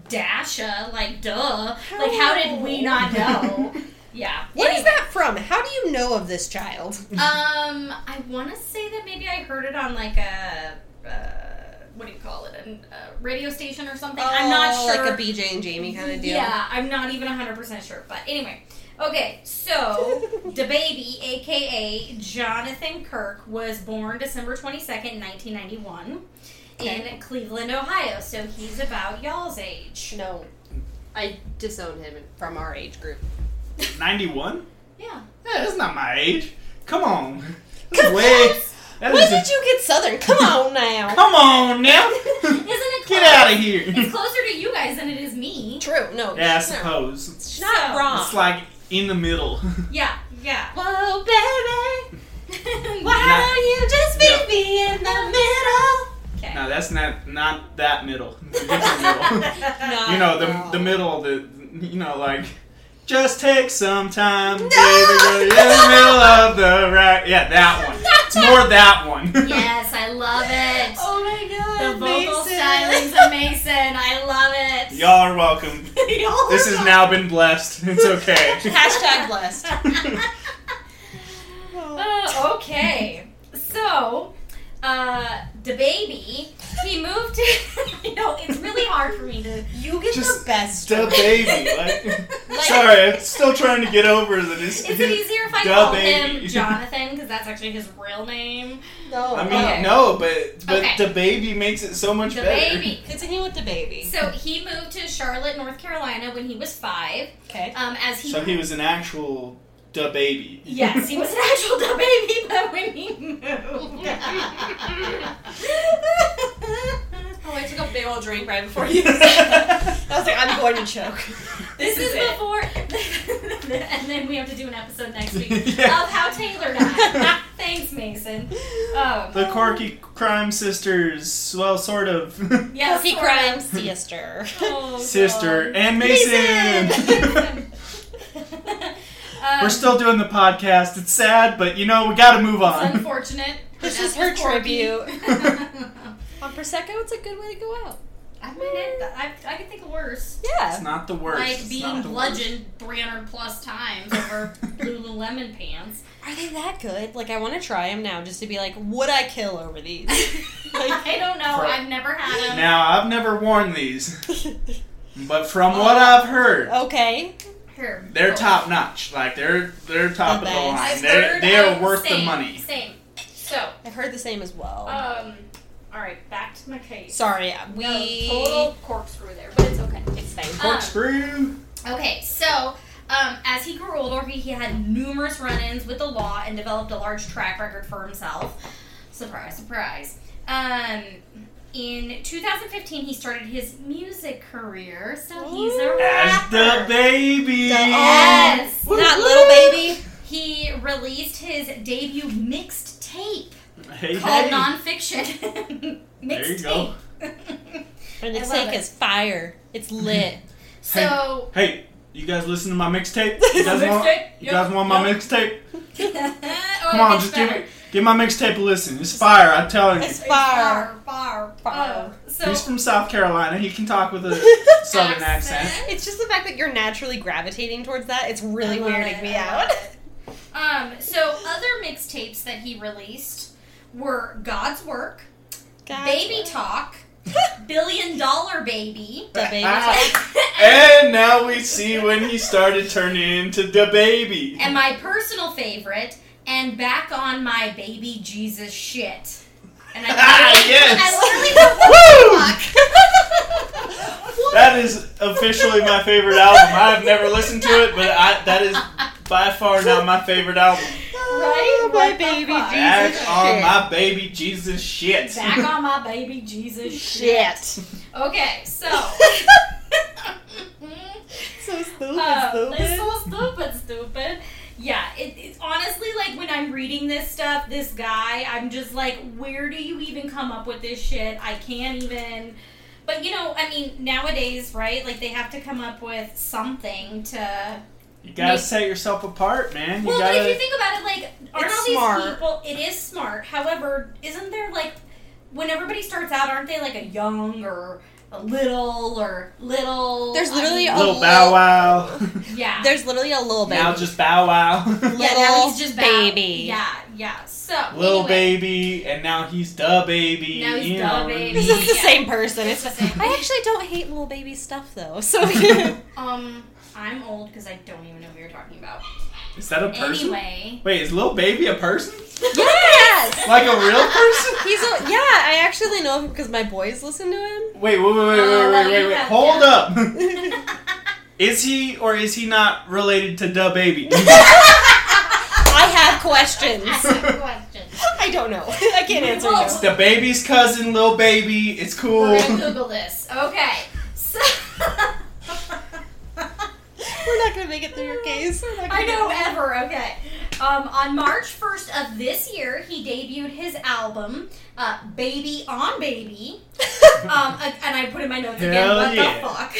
Speaker 1: Ladasha." Like, duh. Like, how did we not know? Yeah.
Speaker 2: What is that from? How do you know of this child?
Speaker 1: Um, I want to say that maybe I heard it on like a uh, what do you call it, a, a radio station or something. I'm not
Speaker 2: Oh,
Speaker 1: sure.
Speaker 2: Like a BJ and Jamie kind of deal.
Speaker 1: Yeah, I'm not even 100% sure. But anyway, okay, so the baby, aka Jonathan Kirk, was born December 22nd, 1991
Speaker 2: Okay.
Speaker 1: in Cleveland, Ohio. So he's about y'all's age.
Speaker 2: No,
Speaker 6: I disown him.
Speaker 2: from our age group.
Speaker 3: ninety one.
Speaker 1: Yeah.
Speaker 3: Yeah, that's not my age. Come on. That's way. That
Speaker 2: When
Speaker 3: is
Speaker 2: did
Speaker 3: a,
Speaker 2: you get Southern? Come on now.
Speaker 3: come on now.
Speaker 1: Isn't it
Speaker 3: Get
Speaker 1: close?
Speaker 3: out of here.
Speaker 1: It's closer to you guys than it is me.
Speaker 2: True. No.
Speaker 3: yeah, I
Speaker 2: she's not-
Speaker 3: suppose.
Speaker 2: She's not
Speaker 1: So-
Speaker 2: wrong.
Speaker 3: It's like in the middle.
Speaker 1: Yeah, yeah.
Speaker 2: Whoa, baby, why
Speaker 3: Not-
Speaker 2: don't you just meet
Speaker 3: no.
Speaker 2: me in the middle?
Speaker 1: okay.
Speaker 3: No, that's not not that middle. It's a different middle. you know the the middle the you know like just take some time baby go in the middle of the right yeah that one it's more that one
Speaker 1: Yes, I love it.
Speaker 2: Oh my God.
Speaker 1: the vocal
Speaker 2: Mason.
Speaker 1: stylings of Mason. I love it.
Speaker 3: y'all are welcome
Speaker 1: Y'all
Speaker 3: this has
Speaker 1: are
Speaker 3: now been blessed it's okay
Speaker 2: Hashtag blessed.
Speaker 1: Uh, okay. So, uh, the baby, he moved to. you know, it's really hard for me to.
Speaker 2: You get
Speaker 3: Just
Speaker 2: the best.
Speaker 3: the baby like sorry i'm still trying to get over that it's,
Speaker 1: Is it easier if I
Speaker 3: Da
Speaker 1: call
Speaker 3: baby.
Speaker 1: him Jonathan? Because that's actually his real name.
Speaker 2: no.
Speaker 3: i mean
Speaker 1: Okay.
Speaker 3: no but but
Speaker 1: Okay.
Speaker 3: the baby makes it so much
Speaker 1: The
Speaker 3: better
Speaker 1: baby.
Speaker 2: Continue with the baby.
Speaker 1: So he moved to Charlotte, North Carolina when he was five.
Speaker 2: Okay.
Speaker 1: Um, as he.
Speaker 3: so he was an actual the baby
Speaker 1: Yes, he was an actual da baby, but when he moved.
Speaker 2: Oh, I took a big old drink right before you. I was like, I'm going to choke.
Speaker 1: This is
Speaker 2: it.
Speaker 1: before, and then we have to do an episode next week of
Speaker 3: Yeah.
Speaker 1: how Taylor died. Thanks, Mason. Um,
Speaker 3: the Corky Crime Sisters, well, sort of.
Speaker 1: yeah,
Speaker 2: Cookie
Speaker 1: sort of.
Speaker 2: crime sister.
Speaker 1: Oh,
Speaker 3: sister and
Speaker 2: Mason!
Speaker 3: Mason.
Speaker 1: God.
Speaker 3: We're
Speaker 1: Um,
Speaker 3: still doing the podcast. It's sad, but you know we got to move
Speaker 1: It's
Speaker 3: on.
Speaker 1: unfortunate.
Speaker 2: This
Speaker 1: Her
Speaker 2: is
Speaker 1: death
Speaker 2: her
Speaker 1: was quirky.
Speaker 3: tribute.
Speaker 2: On prosecco, it's a good way to go out.
Speaker 1: I mean, it, I, I can think of worse.
Speaker 3: It's
Speaker 2: Yeah.
Speaker 3: not the worst.
Speaker 1: Like
Speaker 3: It's
Speaker 1: being
Speaker 3: not the
Speaker 1: bludgeoned 300 plus times over Lululemon pants.
Speaker 2: Are they that good? Like, I want to try them now, just to be like, would I kill over these?
Speaker 1: I don't know.
Speaker 3: For-
Speaker 1: I've never had
Speaker 3: worst.
Speaker 1: them.
Speaker 3: Now I've never worn these, but from what I've heard,
Speaker 2: okay.
Speaker 1: Here.
Speaker 3: they're
Speaker 1: Oh.
Speaker 3: top notch. Like they're they're top
Speaker 2: The
Speaker 3: of the
Speaker 2: best.
Speaker 3: line.
Speaker 1: I've
Speaker 3: They're
Speaker 1: heard
Speaker 3: they are
Speaker 1: of-
Speaker 3: worth the
Speaker 1: same,
Speaker 3: money.
Speaker 1: Same. So,
Speaker 2: I've heard the same as well.
Speaker 1: um, all right, back to my case.
Speaker 2: Sorry, we.
Speaker 1: No, total corkscrew there, but it's okay.
Speaker 2: It's fine.
Speaker 3: Corkscrew.
Speaker 1: Okay, so um, as he grew older, he, he had numerous run-ins with the law and developed a large track record for himself. Surprise, surprise. Um, in 2015, he started his music career, so he's a
Speaker 2: Ooh.
Speaker 3: As the
Speaker 1: rapper. uh,
Speaker 3: baby.
Speaker 1: Yes.
Speaker 2: Not little baby.
Speaker 1: He released his debut mixed tape
Speaker 3: Hey,
Speaker 1: called
Speaker 3: hey.
Speaker 1: Nonfiction.
Speaker 3: There you
Speaker 1: mixed
Speaker 3: go.
Speaker 1: tape.
Speaker 2: And
Speaker 1: I
Speaker 2: it's
Speaker 1: love
Speaker 2: like
Speaker 1: it.
Speaker 2: it's fire. It's lit.
Speaker 1: so
Speaker 3: Hey, you guys listen to my mixtape? You guys want?
Speaker 1: Mixtape?
Speaker 3: You guys want my mixtape?
Speaker 1: oh,
Speaker 3: Come on, just give me Give my mixtape a listen. It's fire, I'm telling you.
Speaker 2: It's fire.
Speaker 1: far,
Speaker 7: Oh, so
Speaker 3: He's from South Carolina. He can talk with a southern accent.
Speaker 2: It's just the fact that you're naturally gravitating towards that. It's really
Speaker 1: I love
Speaker 2: weirding
Speaker 1: it,
Speaker 2: me
Speaker 1: I
Speaker 2: out.
Speaker 1: love
Speaker 7: um
Speaker 1: So other mixtapes that he released were God's Work, Baby Talk, Billion Dollar Baby.
Speaker 2: The baby
Speaker 3: Ah.
Speaker 2: talk.
Speaker 3: And now we see when he started turning into the baby.
Speaker 1: And my personal favorite, and back on my baby Jesus shit. And I,
Speaker 3: Ah, yes.
Speaker 1: I literally don't know what the fuck.
Speaker 3: That is officially my favorite album. I've never listened to it, but I, that is by far not my favorite album.
Speaker 2: Oh,
Speaker 1: Right?
Speaker 2: my
Speaker 1: What the
Speaker 2: baby
Speaker 1: fuck?
Speaker 3: Back
Speaker 2: Jesus
Speaker 3: on
Speaker 2: shit.
Speaker 3: my baby Jesus shit.
Speaker 1: Back on my baby Jesus shit.
Speaker 2: shit. Oh.
Speaker 1: Okay, so.
Speaker 2: so stupid,
Speaker 1: Uh,
Speaker 2: stupid.
Speaker 1: it's so stupid, stupid. Yeah, it, it's honestly like when I'm reading this stuff, this guy, I'm just like, where do you even come up with this shit? I can't even. But you know, I mean, nowadays, right? Like they have to come up with something to.
Speaker 3: You gotta set yourself apart, man. You
Speaker 1: well, but if you
Speaker 3: gotta.
Speaker 1: think about it, like, aren't
Speaker 2: It's
Speaker 1: all these
Speaker 2: smart.
Speaker 1: people? It is smart. However, isn't there like, when everybody starts out, aren't they like a young or a little or little?
Speaker 2: There's
Speaker 1: I
Speaker 2: literally
Speaker 1: mean,
Speaker 2: a-
Speaker 3: Little Bow Wow.
Speaker 1: yeah.
Speaker 2: There's literally a little baby.
Speaker 3: now just Bow Wow.
Speaker 1: yeah, now
Speaker 2: little
Speaker 1: he's just Bad.
Speaker 2: baby.
Speaker 1: Yeah, yeah. So
Speaker 3: Little
Speaker 1: anyway,
Speaker 3: baby, and now he's the baby.
Speaker 1: Now he's
Speaker 3: you
Speaker 1: the
Speaker 3: know.
Speaker 1: baby.
Speaker 2: This is the
Speaker 1: Yeah.
Speaker 2: same person.
Speaker 1: It's
Speaker 2: It's
Speaker 1: the same.
Speaker 2: I actually don't hate little baby stuff though. So I
Speaker 1: Um, I'm old because I don't even know who you're talking about.
Speaker 3: Is that a person?
Speaker 1: Anyway,
Speaker 3: Wait, is little baby a person?
Speaker 2: Yes!
Speaker 3: Like a real person?
Speaker 2: he's a, yeah. I actually know him because my boys listen to him.
Speaker 3: Wait, wait, wait, wait,
Speaker 1: Oh,
Speaker 3: wait, wait,
Speaker 1: you
Speaker 3: wait, wait.
Speaker 1: have-
Speaker 3: Hold
Speaker 1: yeah.
Speaker 3: up. Is he or is he not related to Da Baby?
Speaker 2: I have questions.
Speaker 1: question.
Speaker 2: I don't know. I can't answer
Speaker 1: Well,
Speaker 2: you.
Speaker 3: it's the baby's cousin, little baby. It's cool.
Speaker 1: We're gonna Google this. Okay. So
Speaker 2: We're not gonna make it through your case. We're not gonna
Speaker 1: I know
Speaker 2: make it.
Speaker 1: ever. Okay. Um, on March 1st of this year, he debuted his album, uh, Baby on Baby. Um, and I put in my notes again.
Speaker 3: Hell
Speaker 1: what
Speaker 3: yeah.
Speaker 1: the fuck?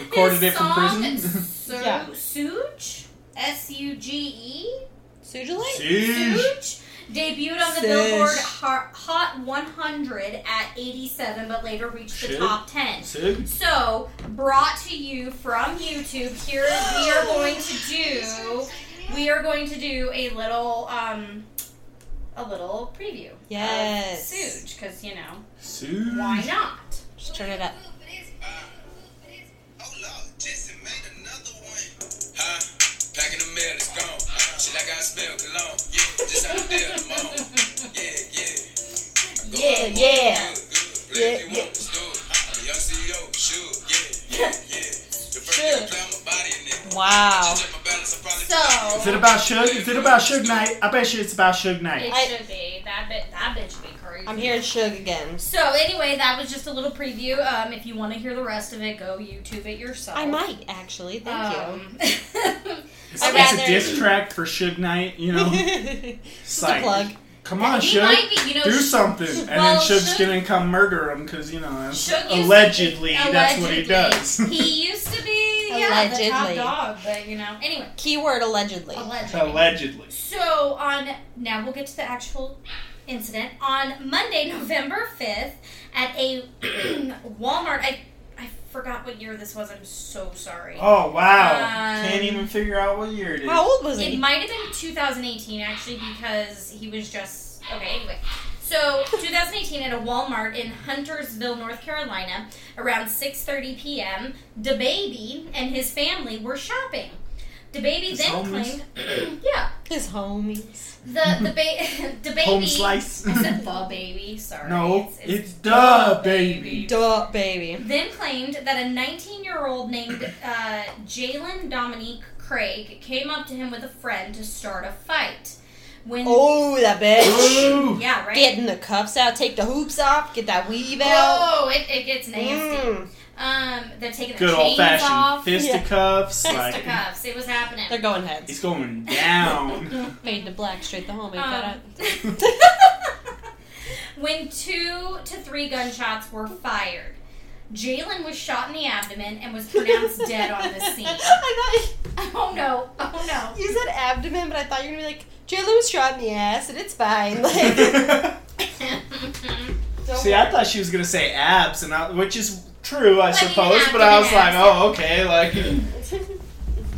Speaker 3: Recorded
Speaker 1: His
Speaker 3: it from
Speaker 1: song,
Speaker 3: prison.
Speaker 1: Su-
Speaker 2: Yeah.
Speaker 1: Suge, S U G
Speaker 2: Sujali?
Speaker 1: E,
Speaker 3: Sheesh.
Speaker 1: Suge, debuted on the
Speaker 2: Suge.
Speaker 1: Billboard Har- Hot 100 at 87, but later reached the
Speaker 3: Shit.
Speaker 1: top 10.
Speaker 3: Sig?
Speaker 1: So, brought to you from YouTube, here we are going to do. We are going to do a little, um, a little preview. of
Speaker 2: Yes.
Speaker 1: Suge, because you know
Speaker 3: Sig.
Speaker 1: why not?
Speaker 2: Just turn it up.
Speaker 8: Oh no, Jesse made another one. Huh? Back in the mail, it's gone. She like I smell cologne. Yeah, just out there alone. Yeah, yeah.
Speaker 1: Yeah, yeah.
Speaker 8: Good, good. Play if you want, let's do it. I'm a young CEO, sure. Yeah, yeah, yeah. The first thing I play on my body in there.
Speaker 2: Wow.
Speaker 8: Check my balance, I probably
Speaker 1: So-
Speaker 3: Is it about Suge? Is it about Suge Knight? I bet you it's about Suge Knight.
Speaker 1: It
Speaker 2: I-
Speaker 1: should be that bit. That bitch be crazy.
Speaker 2: I'm hearing Shug again.
Speaker 1: So anyway, that was just a little preview. Um, if you want to hear the rest of it, go YouTube it yourself.
Speaker 2: I might actually. Thank
Speaker 1: Um,
Speaker 3: It's,
Speaker 2: I'd
Speaker 3: it's a
Speaker 2: rather-
Speaker 3: diss track for Suge Knight, you know?
Speaker 2: you.
Speaker 3: It's
Speaker 2: Just a plug.
Speaker 3: Come on,
Speaker 1: he might
Speaker 3: Suge.
Speaker 1: be, you know,
Speaker 3: Do
Speaker 1: Sh-
Speaker 3: something. And
Speaker 1: Well,
Speaker 3: then Suge's
Speaker 1: Suge-
Speaker 3: gonna come murder him because, you know, that's-
Speaker 1: Suge used to-
Speaker 3: allegedly, that's what he does.
Speaker 1: allegedly. he used to be yeah, the top
Speaker 2: Allegedly.
Speaker 1: dog, but you know. Anyway,
Speaker 2: Keyword allegedly.
Speaker 1: allegedly.
Speaker 3: allegedly.
Speaker 1: So on now we'll get to the actual incident on Monday, November fifth, at a Walmart. I I forgot what year this was. I'm so sorry.
Speaker 3: Oh wow!
Speaker 1: Um,
Speaker 3: Can't even figure out what year it is.
Speaker 2: How old was
Speaker 1: It
Speaker 2: he?
Speaker 1: might have been 2018 actually because he was just okay. Anyway, so 2018 at a Walmart in Huntersville, North Carolina, around 6:30 p.m. DeBaby and his family were shopping. DeBaby
Speaker 3: His
Speaker 1: then
Speaker 3: homies?
Speaker 1: claimed, yeah,
Speaker 2: His homies.
Speaker 1: the the ba- DeBaby.
Speaker 3: Home slice.
Speaker 1: I said the baby. Sorry.
Speaker 3: no,
Speaker 1: It's-
Speaker 3: it's,
Speaker 1: it's
Speaker 3: the
Speaker 1: the
Speaker 3: baby.
Speaker 2: Duh, baby.
Speaker 1: then claimed that a 19 year old named uh, Jalen Dominique Craig came up to him with a friend to start a fight. When
Speaker 2: Oh, that bitch.
Speaker 3: Ooh.
Speaker 1: Yeah, right.
Speaker 2: Getting the cuffs out, take the hoops off, get that weave out.
Speaker 1: oh, it, it gets nasty.
Speaker 2: Mm.
Speaker 1: Um, they're taking
Speaker 3: Good
Speaker 1: the
Speaker 3: old
Speaker 1: chains
Speaker 3: fashioned
Speaker 1: off.
Speaker 3: fisticuffs. Like
Speaker 1: Fisticuffs. It was happening.
Speaker 2: They're going heads.
Speaker 3: he's going down.
Speaker 2: Fade to black, straight the homie. uh,
Speaker 1: Um, when two to three gunshots were fired, Jalen was shot in the abdomen and was pronounced dead on the scene.
Speaker 2: I thought
Speaker 1: Oh no! Oh no!
Speaker 2: you said abdomen, but I thought you were gonna be like Jalen was shot in the ass, and it's fine. Like,
Speaker 3: See,
Speaker 2: don't
Speaker 3: I thought she was gonna say abs, and I, which is true, I
Speaker 7: But you
Speaker 3: suppose.
Speaker 7: have
Speaker 3: But
Speaker 7: to
Speaker 3: I
Speaker 7: do
Speaker 3: was like,
Speaker 7: abs.
Speaker 3: oh, okay, like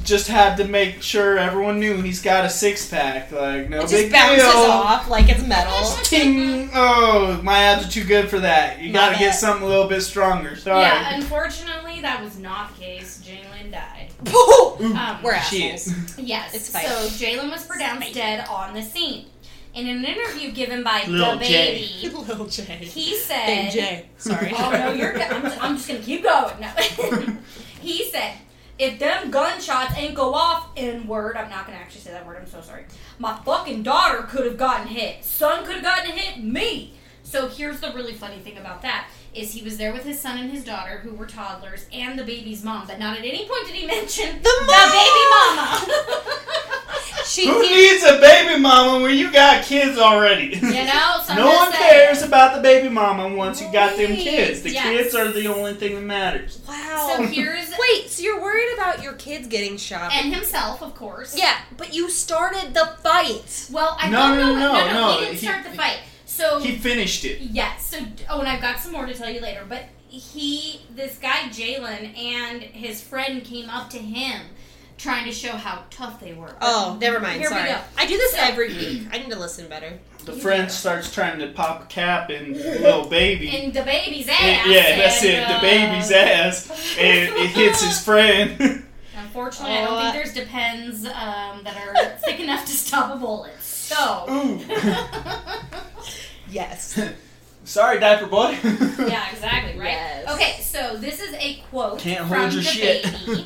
Speaker 3: just had to make sure everyone knew he's got a six pack. Like, no
Speaker 2: it
Speaker 3: big
Speaker 2: just bounces
Speaker 3: deal.
Speaker 2: off like it's metal.
Speaker 3: Ting! Oh, my abs are too good for that. You
Speaker 2: My
Speaker 3: gotta
Speaker 2: bad.
Speaker 3: get something a little bit stronger. Sorry.
Speaker 1: Yeah, unfortunately, that was not the case. Jalen died.
Speaker 3: Ooh,
Speaker 1: Um,
Speaker 2: Hmm. We're
Speaker 3: shit.
Speaker 2: assholes.
Speaker 1: Yes.
Speaker 2: It's fine.
Speaker 1: so Jalen was pronounced dead on the scene. In an interview given by
Speaker 3: Lil
Speaker 1: the
Speaker 3: J.
Speaker 1: baby,
Speaker 2: Little J.
Speaker 1: he said,
Speaker 2: Big J. Sorry.
Speaker 1: "Oh no, you're. Go- I'm, I'm just gonna keep going." No. he said, "If them gunshots ain't go off in word, I'm not gonna actually say that word. I'm so sorry. My fucking daughter could have gotten hit. Son could have gotten hit. Me." So here's the really funny thing about that is he was there with his son and his daughter, who were toddlers, and the baby's mom. But not at any point did he mention
Speaker 2: The
Speaker 1: the
Speaker 2: mom!
Speaker 1: baby mama.
Speaker 2: She
Speaker 3: Who
Speaker 2: he-
Speaker 3: needs a baby mama when you got kids already?
Speaker 1: You know, so I'm
Speaker 3: no
Speaker 1: just
Speaker 3: one
Speaker 1: saying.
Speaker 3: cares about the baby mama once you got them
Speaker 2: Right,
Speaker 3: kids. The
Speaker 1: yes.
Speaker 3: kids are the only thing that matters.
Speaker 2: Wow.
Speaker 1: So here's
Speaker 2: Wait, so you're worried about your kids getting shot?
Speaker 1: and himself, of course.
Speaker 2: yeah, but you started the fight.
Speaker 1: Well, I
Speaker 3: No,
Speaker 1: don't
Speaker 3: no,
Speaker 1: know.
Speaker 3: no,
Speaker 1: no,
Speaker 3: no,
Speaker 1: He didn't
Speaker 3: he-
Speaker 1: start the fight. So
Speaker 3: He finished it.
Speaker 1: yes. So oh, and I've got some more to tell you later. But he, this guy Jalen, and his friend came up to him, trying to show how tough they were.
Speaker 2: Oh, never mind.
Speaker 1: Here we
Speaker 2: sorry.
Speaker 1: go.
Speaker 2: I do this
Speaker 1: So-
Speaker 2: every week. I need to listen better.
Speaker 3: The friend starts trying to pop a cap in the little baby.
Speaker 1: And the baby's
Speaker 3: And-
Speaker 1: ass.
Speaker 3: yeah, that's
Speaker 1: and,
Speaker 3: it. The
Speaker 1: uh,
Speaker 3: baby's ass, and it hits his friend.
Speaker 1: Unfortunately, I
Speaker 2: Oh,
Speaker 1: don't
Speaker 2: I-
Speaker 1: think there's depends um, that are thick enough to stop a bullet. So.
Speaker 3: Ooh,
Speaker 2: Oh. Yes.
Speaker 3: sorry, diaper boy.
Speaker 1: Yeah, exactly, right?
Speaker 2: Yes.
Speaker 1: Okay, so this is a quote
Speaker 3: Can't
Speaker 1: from
Speaker 3: hold your
Speaker 1: the
Speaker 3: shit.
Speaker 1: baby.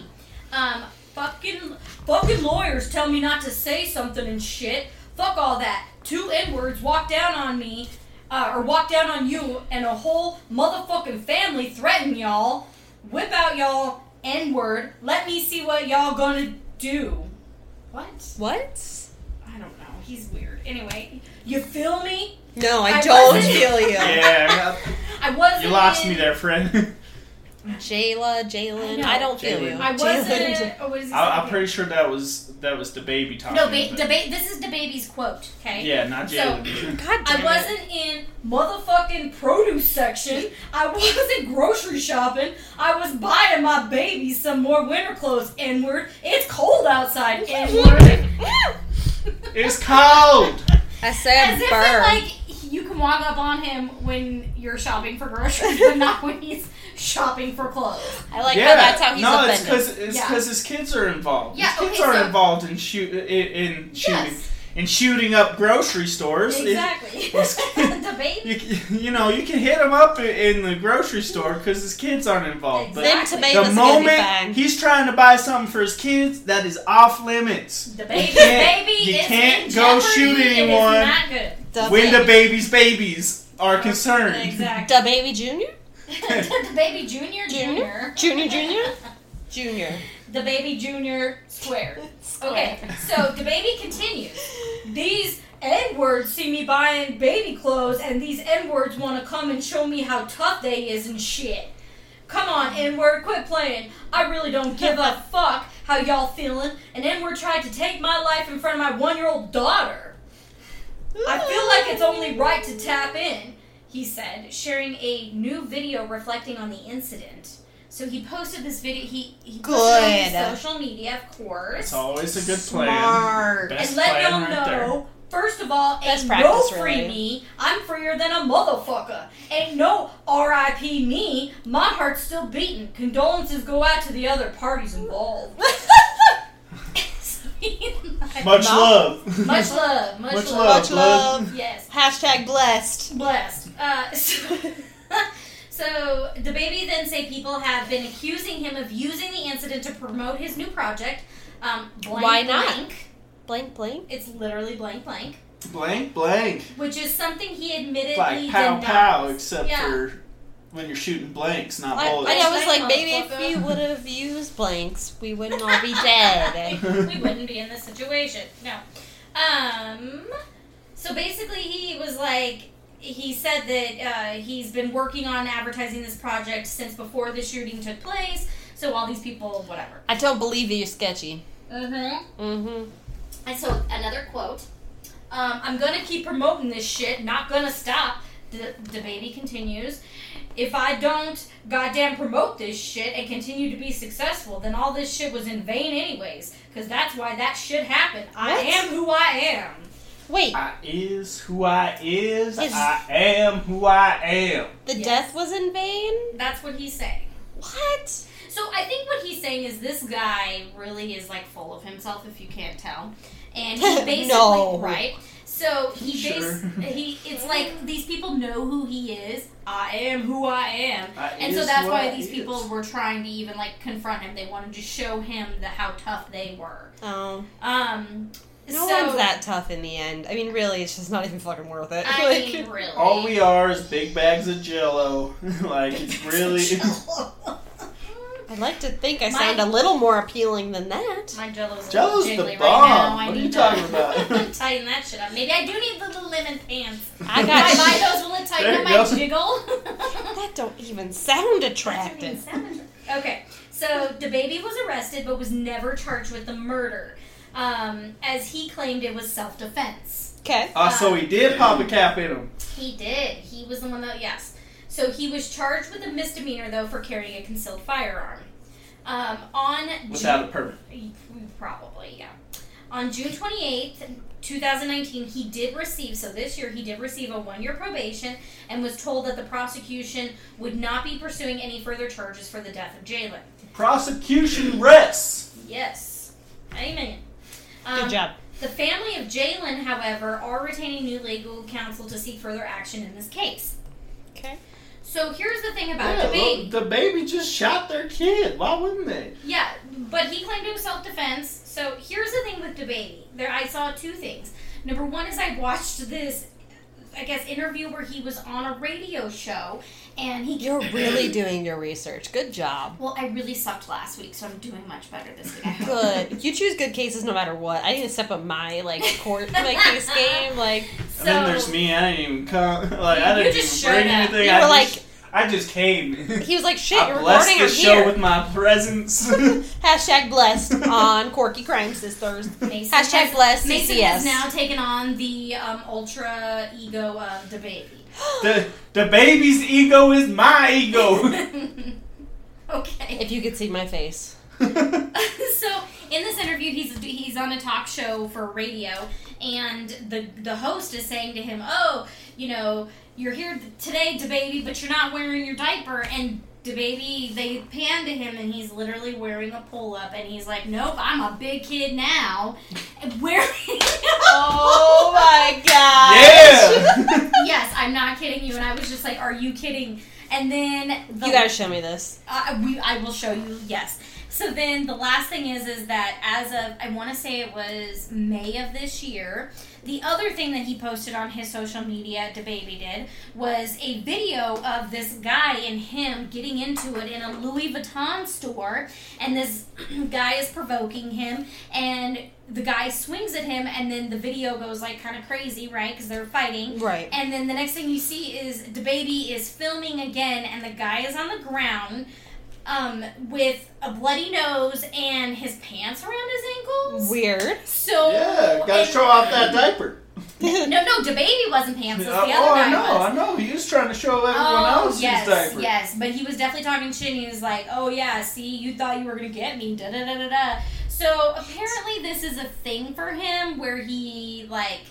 Speaker 1: Um, fucking, fucking lawyers tell me not to say something and shit. Fuck all that. Two N-words walk down on me, uh, or walk down on you, and a whole motherfucking family threaten y'all. Whip out y'all N-word. Let me see what y'all gonna do. What?
Speaker 2: what?
Speaker 1: I don't know. He's weird. Anyway, you feel me?
Speaker 2: No, I,
Speaker 1: I
Speaker 2: don't
Speaker 1: wasn't-
Speaker 2: feel you.
Speaker 3: yeah,
Speaker 1: I wasn't.
Speaker 3: you lost
Speaker 1: in-
Speaker 3: me there, friend.
Speaker 2: Jayla, Jalen,
Speaker 1: I know.
Speaker 2: I, don't feel
Speaker 3: Jalen.
Speaker 2: you.
Speaker 1: I wasn't. Or what is
Speaker 3: I, I'm pretty sure that was that was the baby talking.
Speaker 1: No, ba-
Speaker 3: but-
Speaker 1: debate. This is the baby's quote. Okay.
Speaker 3: Yeah, not
Speaker 1: So-
Speaker 3: Jalen.
Speaker 2: God damn
Speaker 1: I wasn't in motherfucking produce section. I wasn't grocery shopping. I was buying my baby some more winter clothes. N-word. It's cold outside. N-word.
Speaker 3: it's cold.
Speaker 2: it. I said
Speaker 1: As if
Speaker 2: burn.
Speaker 1: it, like you can walk up on him when you're shopping for groceries, but not when he's shopping for clothes.
Speaker 2: I like
Speaker 3: yeah,
Speaker 2: how that's how he's
Speaker 3: no, it's
Speaker 2: offended.
Speaker 3: because it's
Speaker 1: Yeah.
Speaker 3: because his kids are involved.
Speaker 1: Yeah,
Speaker 3: his kids
Speaker 1: okay,
Speaker 3: are
Speaker 1: so-
Speaker 3: involved in shoot in, in shooting
Speaker 1: Yes.
Speaker 3: in shooting up grocery stores. It-
Speaker 1: Exactly.
Speaker 3: it's-
Speaker 1: the baby.
Speaker 3: You, c- you know, you can hit him up i- in the grocery store because his kids aren't involved. But
Speaker 2: Them
Speaker 1: Exactly.
Speaker 2: tomatoes
Speaker 3: the
Speaker 2: are gonna be
Speaker 3: moment
Speaker 2: fine.
Speaker 3: he's trying to buy something for his kids, that is off limits.
Speaker 1: The baby.
Speaker 3: You can't-
Speaker 1: baby
Speaker 3: you
Speaker 1: is
Speaker 3: can't
Speaker 1: in
Speaker 3: go
Speaker 1: jeopardy.
Speaker 3: shoot
Speaker 1: It is
Speaker 3: anyone.
Speaker 1: not good.
Speaker 2: The
Speaker 3: When the
Speaker 2: baby,
Speaker 3: baby's babies are concerned.
Speaker 1: Exactly.
Speaker 2: the baby junior,
Speaker 1: the baby junior,
Speaker 2: junior,
Speaker 1: junior,
Speaker 2: junior, junior, junior.
Speaker 1: the baby junior squared. Okay, so the baby continues. These N words see me buying baby clothes, and these N words want to come and show me how tough they is and shit. Come on, N word, quit playing. I really don't give a fuck how y'all feeling. And N word tried to take my life in front of my one year old daughter. I feel like it's only right to tap in, he said, sharing a new video reflecting on the incident. So he posted this video. He, he posted it on
Speaker 2: Good.
Speaker 1: his social media, of course.
Speaker 3: It's always a good plan.
Speaker 2: Smart.
Speaker 3: Best
Speaker 1: and let
Speaker 3: plan
Speaker 1: y'all
Speaker 3: right there.
Speaker 1: know. First of all,
Speaker 2: Best
Speaker 1: ain't
Speaker 2: practice,
Speaker 1: no free
Speaker 2: really.
Speaker 1: me. I'm freer than a motherfucker. Ain't no R.I.P. me. My heart's still beating. Condolences go out to the other parties involved.
Speaker 3: Much
Speaker 2: Mom?
Speaker 3: love.
Speaker 1: much love, much,
Speaker 3: Much
Speaker 1: love.
Speaker 2: Much love.
Speaker 1: Yes,
Speaker 2: Hashtag blessed.
Speaker 1: blessed. Uh, so, so the baby then say people have been accusing him of using the incident to promote his new project. Um, blank,
Speaker 2: Why not?
Speaker 1: Blank.
Speaker 2: Blank, blank.
Speaker 1: It's literally blank blank.
Speaker 3: Blank, blank.
Speaker 1: which is something he admittedly
Speaker 3: Like pow
Speaker 1: denies.
Speaker 3: pow, except
Speaker 1: Yeah.
Speaker 3: for when you're shooting blanks, not
Speaker 2: I,
Speaker 3: bullets.
Speaker 2: I was like,
Speaker 1: Blank,
Speaker 2: maybe if
Speaker 1: motherfucker.
Speaker 2: we would have used blanks, we would not be dead.
Speaker 1: we wouldn't be in this situation. No. Um. So basically, he was like, he said that uh, he's been working on advertising this project since before the shooting took place. So all these people, whatever.
Speaker 2: I don't believe that you're sketchy.
Speaker 1: Mm-hmm.
Speaker 2: Mm-hmm.
Speaker 1: And so another quote Um, I'm gonna keep promoting this shit. Not gonna stop. The, the baby continues. If I don't goddamn promote this shit and continue to be successful, then all this shit was in vain, anyways. Because that's why that shit happened. I
Speaker 2: What?
Speaker 1: am who I am.
Speaker 2: Wait,
Speaker 3: I is who I is.
Speaker 2: Is-
Speaker 3: I am who I am.
Speaker 2: the
Speaker 1: Yes.
Speaker 2: death was in vain?
Speaker 1: That's what he's saying.
Speaker 2: What?
Speaker 1: So I think what he's saying is this guy really is like full of himself, if you can't tell, and he basically
Speaker 2: No.
Speaker 1: right. So he
Speaker 3: Sure.
Speaker 1: bas- he it's like these people know who he is. I am who I am,
Speaker 3: I
Speaker 1: and so
Speaker 3: is
Speaker 1: that's
Speaker 3: who
Speaker 1: why
Speaker 3: I
Speaker 1: these
Speaker 3: is.
Speaker 1: people were trying to even like confront him. They wanted to show him the how tough they were.
Speaker 2: Oh.
Speaker 1: Um,
Speaker 2: No
Speaker 1: so-
Speaker 2: one's that tough in the end. I mean, really, it's just not even fucking worth it.
Speaker 1: I
Speaker 2: Like-
Speaker 1: mean, really.
Speaker 3: All we are is big bags of Jello. like it's really.
Speaker 2: I'd like to think I
Speaker 1: My-
Speaker 2: sound a little more appealing than that.
Speaker 1: My Jello's, a
Speaker 3: Jello's
Speaker 1: little
Speaker 3: the
Speaker 1: jiggly
Speaker 3: bomb.
Speaker 1: Right now. I
Speaker 3: What are
Speaker 1: need
Speaker 3: you
Speaker 1: to-
Speaker 3: talking about?
Speaker 1: tighten that shit up. Maybe I do need the little lemon pants.
Speaker 2: I
Speaker 1: If I
Speaker 2: got
Speaker 1: buy those, will it tighten up
Speaker 3: There you
Speaker 1: my
Speaker 3: go.
Speaker 1: jiggle?
Speaker 2: that don't even sound
Speaker 1: Doesn't
Speaker 2: attractive.
Speaker 1: sound attractive. okay, so the baby was arrested but was never charged with the murder, um, as he claimed it was self defense.
Speaker 2: Okay.
Speaker 3: Ah, so he did pop a cap in him.
Speaker 1: He did. He was the one that yes. So he was charged with a misdemeanor though for carrying a concealed firearm. Um, on
Speaker 3: Without a permit.
Speaker 1: Ju- probably yeah. On June 28th, 2019, he did receive, so this year he did receive a one year probation and was told that the prosecution would not be pursuing any further charges for the death of Jalen.
Speaker 3: Prosecution rests.
Speaker 1: Yes. Amen. Um,
Speaker 2: Good job.
Speaker 1: The family of Jalen, however, are retaining new legal counsel to seek further action in this case.
Speaker 2: Okay.
Speaker 1: So here's the thing about
Speaker 3: Yeah,
Speaker 1: the baby.
Speaker 3: look, the baby just shot their kid. Why wouldn't they?
Speaker 1: Yeah, but he claimed it was self defense. So here's the thing with DeBaby. There, I saw two things. Number one is I watched this, I guess, interview where he was on a radio show, and he.
Speaker 2: You're really doing your research. Good job.
Speaker 1: Well, I really sucked last week, so I'm doing much better this week. I hope.
Speaker 2: Good. You choose good cases no matter what. I need to step up my like court my case game. Like
Speaker 1: So,
Speaker 3: And then there's me. I didn't even come. Like I
Speaker 1: You
Speaker 3: didn't
Speaker 1: just
Speaker 3: even bring
Speaker 1: showed up.
Speaker 3: anything.
Speaker 2: You
Speaker 3: I
Speaker 2: were
Speaker 3: just,
Speaker 2: like-
Speaker 3: I just came.
Speaker 2: he was like, "Shit,
Speaker 3: I
Speaker 2: you're
Speaker 3: blessed
Speaker 2: recording. I'm
Speaker 3: this show
Speaker 2: here."
Speaker 3: with my presence.
Speaker 2: Hashtag blessed on Corky Crimes this Thursday.
Speaker 1: Mason
Speaker 2: Hashtag
Speaker 1: has,
Speaker 2: blessed
Speaker 1: Mason
Speaker 2: CCS.
Speaker 1: has now taken on the um, ultra ego of DeBaby.
Speaker 3: the the baby's ego is my ego.
Speaker 1: okay.
Speaker 2: if you could see my face,
Speaker 1: so in this interview, he's he's on a talk show for radio, and the the host is saying to him, "Oh, you know, you're here today, DeBaby, but you're not wearing your diaper." And DeBaby, they pan to him, and he's literally wearing a pull up, and he's like, "Nope, I'm a big kid now." And Wearing.
Speaker 2: oh my god!
Speaker 3: yeah.
Speaker 1: yes, I'm not kidding you, and I was just like, "Are you kidding?" And then the
Speaker 2: You gotta show me this.
Speaker 1: Uh, we, I will show you. Yes. So then the last thing is is that as of I want to say it was May of this year, the other thing that he posted on his social media, DeBaby did, was a video of this guy and him getting into it in a Louis Vuitton store, and this guy is provoking him, and the guy swings at him, and then the video goes like kind of crazy, right? Because they're fighting,
Speaker 2: Right.
Speaker 1: and then the next thing you see is the baby is filming again, and the guy is on the ground um, with a bloody nose and his pants around his ankles.
Speaker 2: Weird.
Speaker 1: so
Speaker 3: gotta
Speaker 1: and-
Speaker 3: show off that diaper.
Speaker 1: No, no, the baby wasn't pants.
Speaker 3: Uh,
Speaker 1: it's the other
Speaker 3: oh,
Speaker 1: guy
Speaker 3: I know,
Speaker 1: was.
Speaker 3: I know. He was trying to show everyone
Speaker 1: Oh,
Speaker 3: else
Speaker 1: yes,
Speaker 3: his diaper.
Speaker 1: yes, but he was definitely talking shit. And he was like, "Oh yeah, see, you thought you were gonna get me." Da da da da da. So apparently, this is a thing for him where he like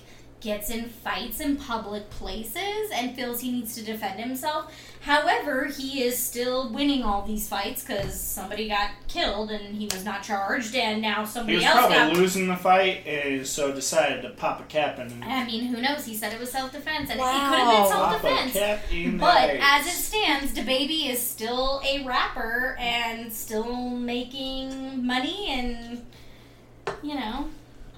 Speaker 1: gets in fights in public places and feels he needs to defend himself. However, he is still winning all these fights because somebody got killed and he was not charged, and now
Speaker 3: He
Speaker 1: somebody
Speaker 3: was
Speaker 1: else
Speaker 3: probably
Speaker 1: got.
Speaker 3: losing the fight, and so decided to pop a cap in him.
Speaker 1: I mean, who knows? He said it was self defense, and it
Speaker 2: Wow.
Speaker 1: could have been
Speaker 3: Pop
Speaker 1: self defense.
Speaker 3: a cap in
Speaker 1: But
Speaker 3: the
Speaker 1: as it stands, DeBaby is still a rapper and still making money, and you know,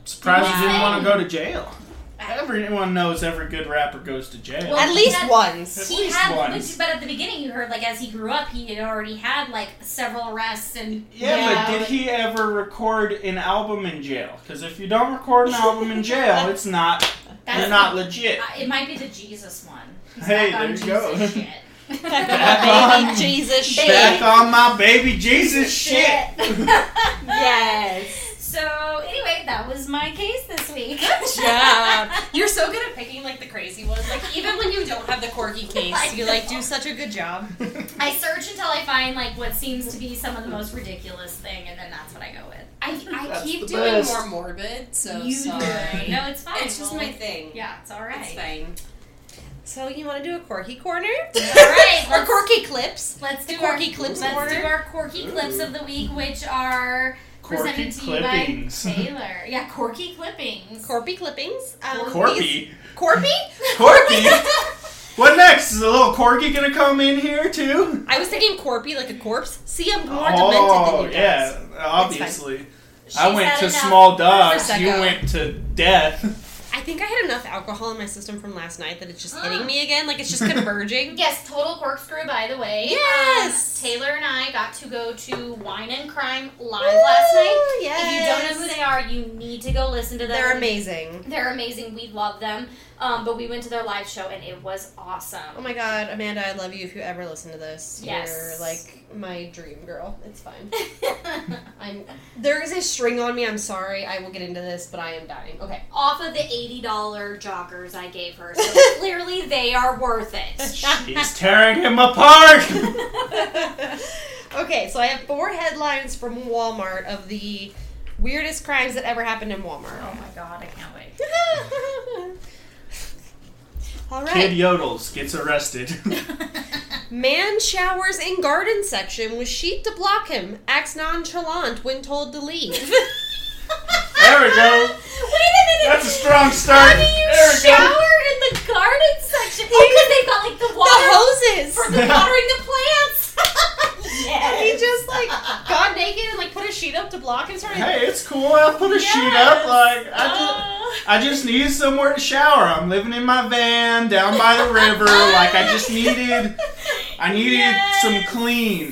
Speaker 3: surprised
Speaker 1: Wow.
Speaker 3: he didn't want to go to jail.
Speaker 1: I-
Speaker 3: Everyone knows every good rapper goes to jail.
Speaker 1: Well,
Speaker 2: At least
Speaker 1: yeah.
Speaker 2: once.
Speaker 3: At
Speaker 1: he
Speaker 3: least
Speaker 1: had.
Speaker 3: once.
Speaker 1: But at the beginning, you heard like as he grew up, he had already had like several arrests and
Speaker 3: yeah,
Speaker 2: Yeah.
Speaker 3: but did he ever record an album in jail? Because if you don't record an album in jail, it's not
Speaker 1: that's
Speaker 3: you're not legit.
Speaker 1: I- it might be the Jesus one. He's
Speaker 3: Hey,
Speaker 1: back on
Speaker 3: there you go.
Speaker 1: Jesus shit.
Speaker 3: Back
Speaker 2: Baby
Speaker 3: on.
Speaker 2: Jesus shit.
Speaker 3: Back on my baby Jesus shit.
Speaker 2: Yes.
Speaker 1: So anyway, that was my case this week.
Speaker 2: job. You're so good at picking like the crazy ones. Like even when you don't have the quirky case, you like do such a good job.
Speaker 1: I search until I find like what seems to be some of the most ridiculous thing, and then that's what I go with.
Speaker 9: I, I
Speaker 3: That's
Speaker 9: keep
Speaker 3: the
Speaker 9: doing
Speaker 3: best.
Speaker 9: more morbid, so
Speaker 1: You
Speaker 9: sorry.
Speaker 1: No, it's fine.
Speaker 9: It's just
Speaker 1: Well,
Speaker 9: my thing.
Speaker 1: Yeah, it's all right.
Speaker 9: It's fine.
Speaker 2: So you want to do a quirky corner?
Speaker 1: All right,
Speaker 2: or
Speaker 1: let's,
Speaker 2: quirky clips?
Speaker 1: let's
Speaker 2: The
Speaker 1: do
Speaker 2: quirky
Speaker 1: our,
Speaker 2: clips
Speaker 1: Let's
Speaker 2: corner.
Speaker 1: do our quirky clips of the week, which are
Speaker 3: Quirky
Speaker 1: presented to you
Speaker 3: clippings.
Speaker 1: by Taylor. Yeah, quirky clippings.
Speaker 2: Corpy clippings. Um, these-
Speaker 3: Corpy.
Speaker 2: Corpy?
Speaker 3: Corpy. What next? Is the little corgi gonna come in here too?
Speaker 2: I was thinking corpy like a corpse. See, I'm more demented
Speaker 3: Oh
Speaker 2: than you guys.
Speaker 3: yeah, obviously.
Speaker 1: She's
Speaker 3: I went
Speaker 1: had
Speaker 3: to
Speaker 1: enough.
Speaker 3: small dogs.
Speaker 2: Prosecco.
Speaker 3: You went to death.
Speaker 2: I think I had enough alcohol in my system from last night that it's just hitting me again. Like it's just converging.
Speaker 1: Yes, total corkscrew. By the way,
Speaker 2: Yes.
Speaker 1: Um, Taylor and I got to go to Wine and Crime live last night. If
Speaker 2: Ooh,
Speaker 1: you don't know who they are, you need to go listen to them.
Speaker 2: They're amazing.
Speaker 1: They're amazing. We love them. Um, but we went to their live show and it was awesome.
Speaker 2: Oh my god, Amanda, I love you if you ever listen to this.
Speaker 1: Yes.
Speaker 2: You're like my dream girl. It's fine.
Speaker 1: Oh
Speaker 2: I'm there is a string on me, I'm sorry. I will get into this, but I am dying. Okay.
Speaker 1: Off of the eighty dollar joggers I gave her, so clearly they are worth it.
Speaker 3: He's tearing him apart.
Speaker 2: okay, so I have four headlines from Walmart of the weirdest crimes that ever happened in Walmart.
Speaker 1: Oh my god, I can't wait.
Speaker 2: All right.
Speaker 3: Kid yodels gets arrested.
Speaker 2: Man showers in garden section with sheep to block him. Acts nonchalant when told to leave.
Speaker 3: there we go.
Speaker 1: Wait a minute.
Speaker 3: That's a strong start.
Speaker 1: How do you
Speaker 3: there we
Speaker 1: shower
Speaker 3: go.
Speaker 1: in the garden section? Oh, because they got like the
Speaker 2: the
Speaker 1: water
Speaker 2: hoses.
Speaker 1: for the watering the plants.
Speaker 2: And he
Speaker 1: yes.
Speaker 2: just like got naked and like put a sheet up to block and started.
Speaker 3: Hey, it's cool. I put a sheet up. Like
Speaker 1: Oh.
Speaker 3: I just, I just need somewhere to shower. I'm living in my van down by the river. Like I just needed, I needed some clean.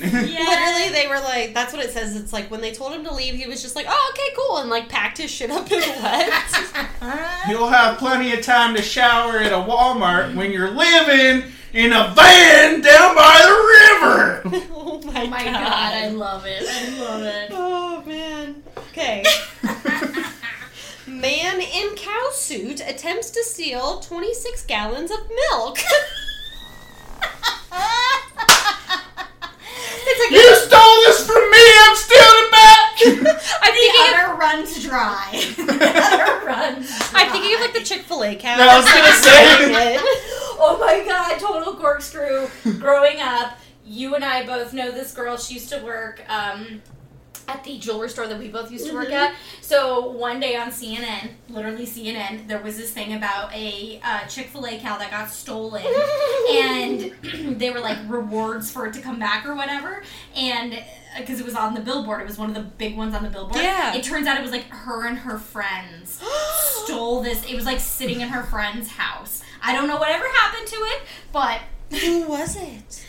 Speaker 2: Literally, they were like, "That's what it says." It's like when they told him to leave, he was just like, "Oh, okay, cool," and like packed his shit up and left.
Speaker 3: You'll have plenty of time to shower at a Walmart when you're living in a van down by the river.
Speaker 2: oh my,
Speaker 1: Oh my god, I love it. I love it.
Speaker 2: Oh man. Okay. Man in cow suit attempts to steal 26 gallons of milk. it's like
Speaker 3: you stole this from me. I'm stealing it back.
Speaker 2: I'm thinking, of,
Speaker 1: Utter runs dry. Utter runs
Speaker 2: I'm thinking of like the Chick Fil A cow.
Speaker 3: No, I was gonna say.
Speaker 1: Oh my god, total corkscrew. Growing up, you and I both know this girl. She used to work um, at the jewelry store that we both used to work at. So one day on CNN, literally CNN, there was this thing about a uh, Chick fil A cow that got stolen. and they were like rewards for it to come back or whatever. And because it was on the billboard, it was one of the big ones on the billboard.
Speaker 2: Yeah.
Speaker 1: It turns out it was like her and her friends stole this. It was like sitting in her friend's house. I don't know whatever happened to it, but
Speaker 2: Who was it?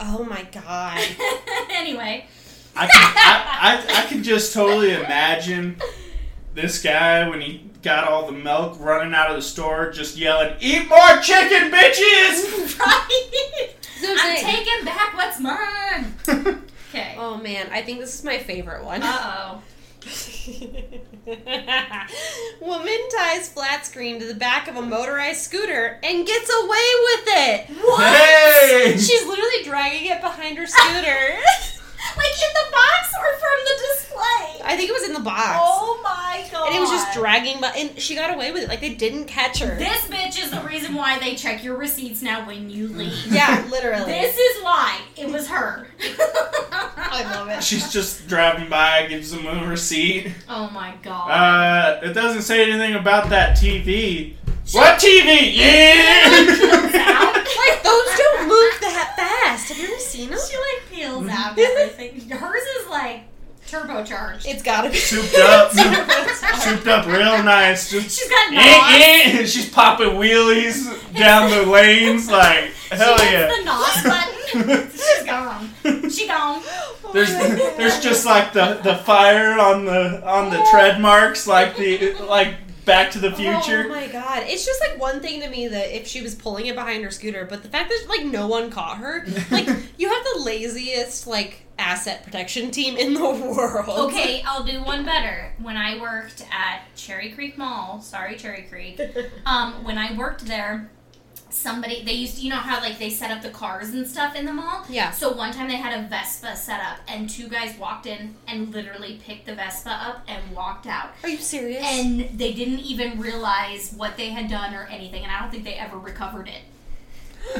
Speaker 2: Oh my god.
Speaker 1: anyway,
Speaker 3: I can, I, I, I can just totally imagine this guy when he got all the milk running out of the store, just yelling, "Eat more chicken, bitches!"
Speaker 1: right? I'm
Speaker 2: Okay.
Speaker 1: taking back what's mine. Okay.
Speaker 2: Oh man, I think this is my favorite one.
Speaker 1: Uh oh.
Speaker 2: Woman ties flat screen to the back of a motorized scooter and gets away with it.
Speaker 3: hey!
Speaker 2: She's literally dragging it behind her scooter.
Speaker 1: Like in the box or from the display?
Speaker 2: I think it was in the box.
Speaker 1: Oh my god.
Speaker 2: and it was just dragging, but and she got away with it. Like they didn't catch her.
Speaker 1: This bitch is the reason why they check your receipts now when you leave.
Speaker 2: yeah, literally.
Speaker 1: this is why it was her.
Speaker 2: I love it.
Speaker 3: She's just driving by, gives him a receipt.
Speaker 1: oh my god.
Speaker 3: Uh, it doesn't say anything about that TV. What TV? Yeah.
Speaker 2: Like those don't move that fast. Have you ever seen them?
Speaker 1: she like peels out everything. Hers is like turbocharged.
Speaker 2: It's gotta be
Speaker 3: Souped up, souped up, real nice. Just
Speaker 1: She's got
Speaker 3: yeah,
Speaker 1: knots.
Speaker 3: yeah. She's popping wheelies down the lanes, like hell
Speaker 1: she hits
Speaker 3: yeah.
Speaker 1: the nos button. She's gone. She gone.
Speaker 3: there's there's just like the the fire on the on the tread marks, like the like Back to the Future.
Speaker 2: Oh my god. It's just like one thing to me that if she was pulling it behind her scooter, but the fact that like no one caught her, like you have the laziest like asset protection team in the world.
Speaker 1: Okay, I'll do one better. When I worked at Cherry Creek Mall, sorry Cherry Creek, um, when I worked there, somebody they used to, you know how like they set up the cars and stuff in the mall.
Speaker 2: Yeah.
Speaker 1: So one time they had a Vespa set up, and two guys walked in and literally picked the Vespa up and walked out.
Speaker 2: Are you serious?
Speaker 1: And they didn't even realize what they had done or anything, and I don't think they ever recovered it.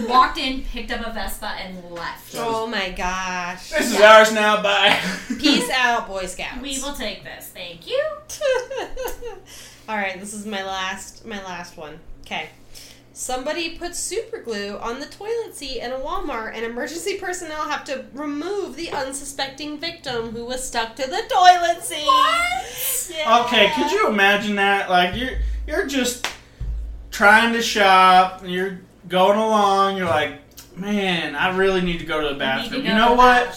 Speaker 1: Walked in, picked up a Vespa, and left.
Speaker 2: oh my gosh.
Speaker 3: This is ours now. Bye.
Speaker 2: Peace out, Boy Scouts.
Speaker 1: We will take this. Thank you.
Speaker 2: All right, this is my last my last one. Okay. Somebody put super glue on the toilet seat in a Walmart and emergency personnel have to remove the unsuspecting victim who was stuck to the toilet seat.
Speaker 3: Okay, could you imagine that? Like you're you're just trying to shop, and you're going along, you're like, man, I really need to go to the bathroom. You, know what?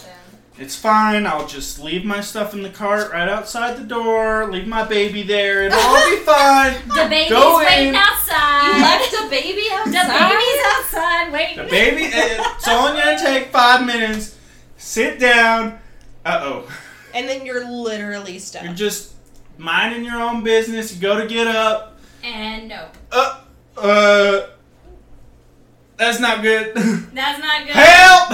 Speaker 3: It's fine. I'll just leave my stuff in the cart right outside the door. Leave my baby there. It'll all be fine.
Speaker 1: The baby's
Speaker 3: Go
Speaker 1: waiting
Speaker 3: in.
Speaker 1: outside.
Speaker 2: Left a baby
Speaker 1: the baby's outside
Speaker 3: The
Speaker 1: waiting.
Speaker 3: baby. It's only gonna take five minutes. Sit down. Uh oh.
Speaker 2: and then you're literally
Speaker 3: You're
Speaker 2: stuck.
Speaker 3: just minding your own business. You go to get up.
Speaker 1: And no,
Speaker 3: Uh. Uh. That's not good.
Speaker 1: that's not good.
Speaker 3: Help!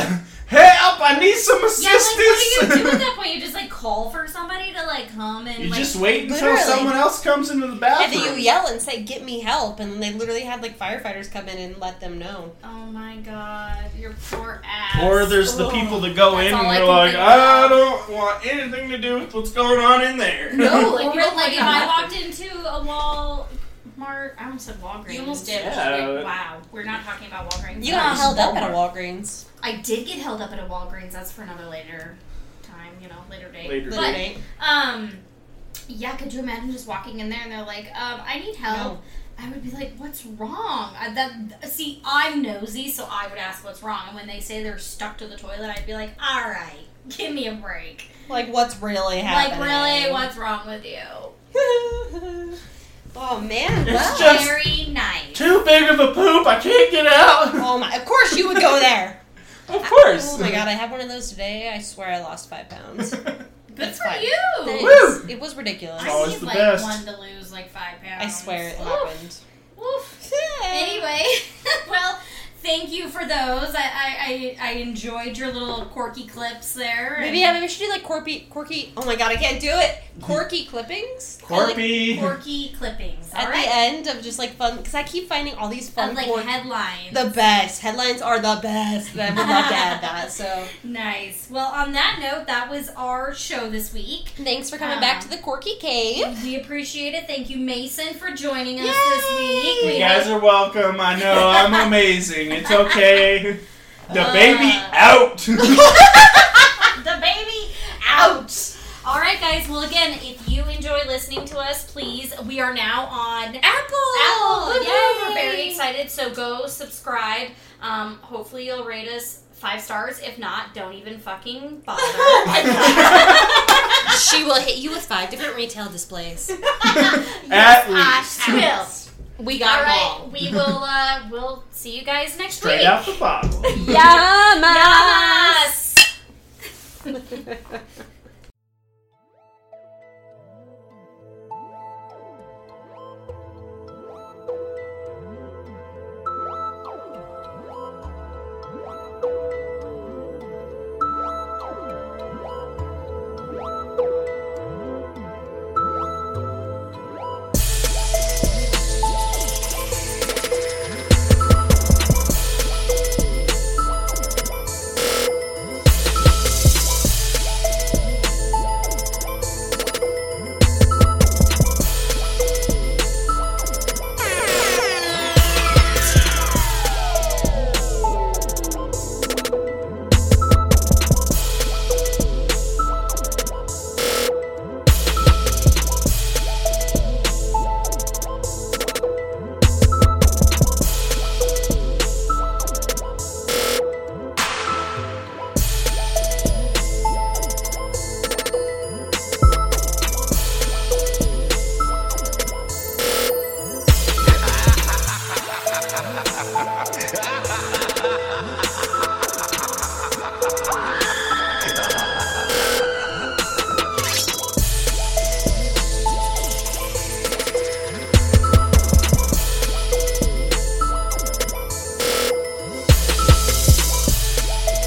Speaker 3: Help! I need some
Speaker 1: Yeah, like what do you do at
Speaker 3: assistance.
Speaker 1: that point? You just like call for somebody to like come and
Speaker 3: you
Speaker 1: like.
Speaker 3: just wait until
Speaker 2: Literally.
Speaker 3: someone else comes into the
Speaker 2: And
Speaker 3: bathroom.
Speaker 2: then you yell and say, "Get me help!" And then they literally had like firefighters come in and let them know.
Speaker 1: oh my god, your poor ass.
Speaker 3: or there's the people that go
Speaker 1: That's
Speaker 3: in
Speaker 1: all
Speaker 3: and
Speaker 1: I
Speaker 3: they're
Speaker 1: can
Speaker 3: like,
Speaker 1: think about.
Speaker 3: I don't want anything to do with what's going on in there.
Speaker 1: No, like,
Speaker 4: Or
Speaker 1: you're, like
Speaker 4: like
Speaker 1: if
Speaker 4: a
Speaker 1: I
Speaker 4: Walgreens.
Speaker 1: walked into a Walmart, I almost said Walgreens.
Speaker 4: You almost
Speaker 1: did.
Speaker 3: Yeah.
Speaker 1: Wow, we're not talking about Walgreens.
Speaker 2: You
Speaker 1: Um,
Speaker 2: got held up at a
Speaker 3: Walmart.
Speaker 2: Walgreens.
Speaker 1: I did get held up at a Walgreens. That's for another later time, you know, later date.
Speaker 3: Later.
Speaker 1: But-
Speaker 2: Literally.
Speaker 1: Um, yeah, could you imagine just walking in there and they're like, um, I need help.
Speaker 2: No.
Speaker 1: I would be like, what's wrong? I, that see, I'm nosy, so I would ask what's wrong. And when they say they're stuck to the toilet, I'd be like, all right, give me a break.
Speaker 2: Like, what's really happening?
Speaker 1: Like, really, what's wrong with you?
Speaker 2: oh man,
Speaker 3: It's
Speaker 2: well.
Speaker 3: just-
Speaker 1: Very nice.
Speaker 3: Too big of a poop. I can't get out.
Speaker 2: Oh my! Of course you would go there.
Speaker 3: Of course.
Speaker 2: Oh my god! I had one of those today. I swear I lost five pounds.
Speaker 1: Good
Speaker 2: That's
Speaker 1: for
Speaker 2: fine.
Speaker 1: you.
Speaker 2: Thanks.
Speaker 3: Woo!
Speaker 2: It was ridiculous.
Speaker 1: I
Speaker 3: It's always
Speaker 1: need
Speaker 3: the
Speaker 1: like
Speaker 3: best.
Speaker 1: one to lose like five pounds.
Speaker 2: I swear it
Speaker 1: Oof.
Speaker 2: happened.
Speaker 1: Oof. anyway, well, thank you for those. I, I, I, I enjoyed your little quirky clips there.
Speaker 2: Maybe yeah, maybe we should do like quirky, quirky. Oh my god, I can't do it. Quirky clippings. I like-
Speaker 3: Corpy.
Speaker 1: quirky clippings. All
Speaker 2: at the
Speaker 1: right.
Speaker 2: end of just like fun, because I keep finding all these fun.
Speaker 1: Of like
Speaker 2: quirk-
Speaker 1: headlines.
Speaker 2: the best headlines are the best. I would love to add that. So
Speaker 1: nice. Well, on that note, that was our show this week.
Speaker 2: thanks for coming back
Speaker 1: Um,
Speaker 2: to the quirky cave.
Speaker 1: We appreciate it. Thank you, Mason, for joining us this week. We
Speaker 3: You guys
Speaker 1: hope-
Speaker 3: are welcome. I know I'm amazing. It's okay. The
Speaker 1: Uh.
Speaker 3: baby out.
Speaker 1: the baby out. All right, guys. Well, again, if you enjoy listening to us, please, we are now on Apple.
Speaker 2: Apple,
Speaker 1: Yeah, we're
Speaker 2: yay.
Speaker 1: very excited. So go subscribe. Um, hopefully, you'll rate us five stars. If not, don't even fucking bother.
Speaker 2: she will hit you with five different retail displays.
Speaker 3: At
Speaker 1: I
Speaker 3: least.
Speaker 1: will.
Speaker 2: We
Speaker 1: All
Speaker 2: got it all.
Speaker 1: right, we will. Uh, we'll see you guys next
Speaker 3: Straight
Speaker 1: week.
Speaker 3: out the bottle.
Speaker 2: Yamas.
Speaker 1: Yamas.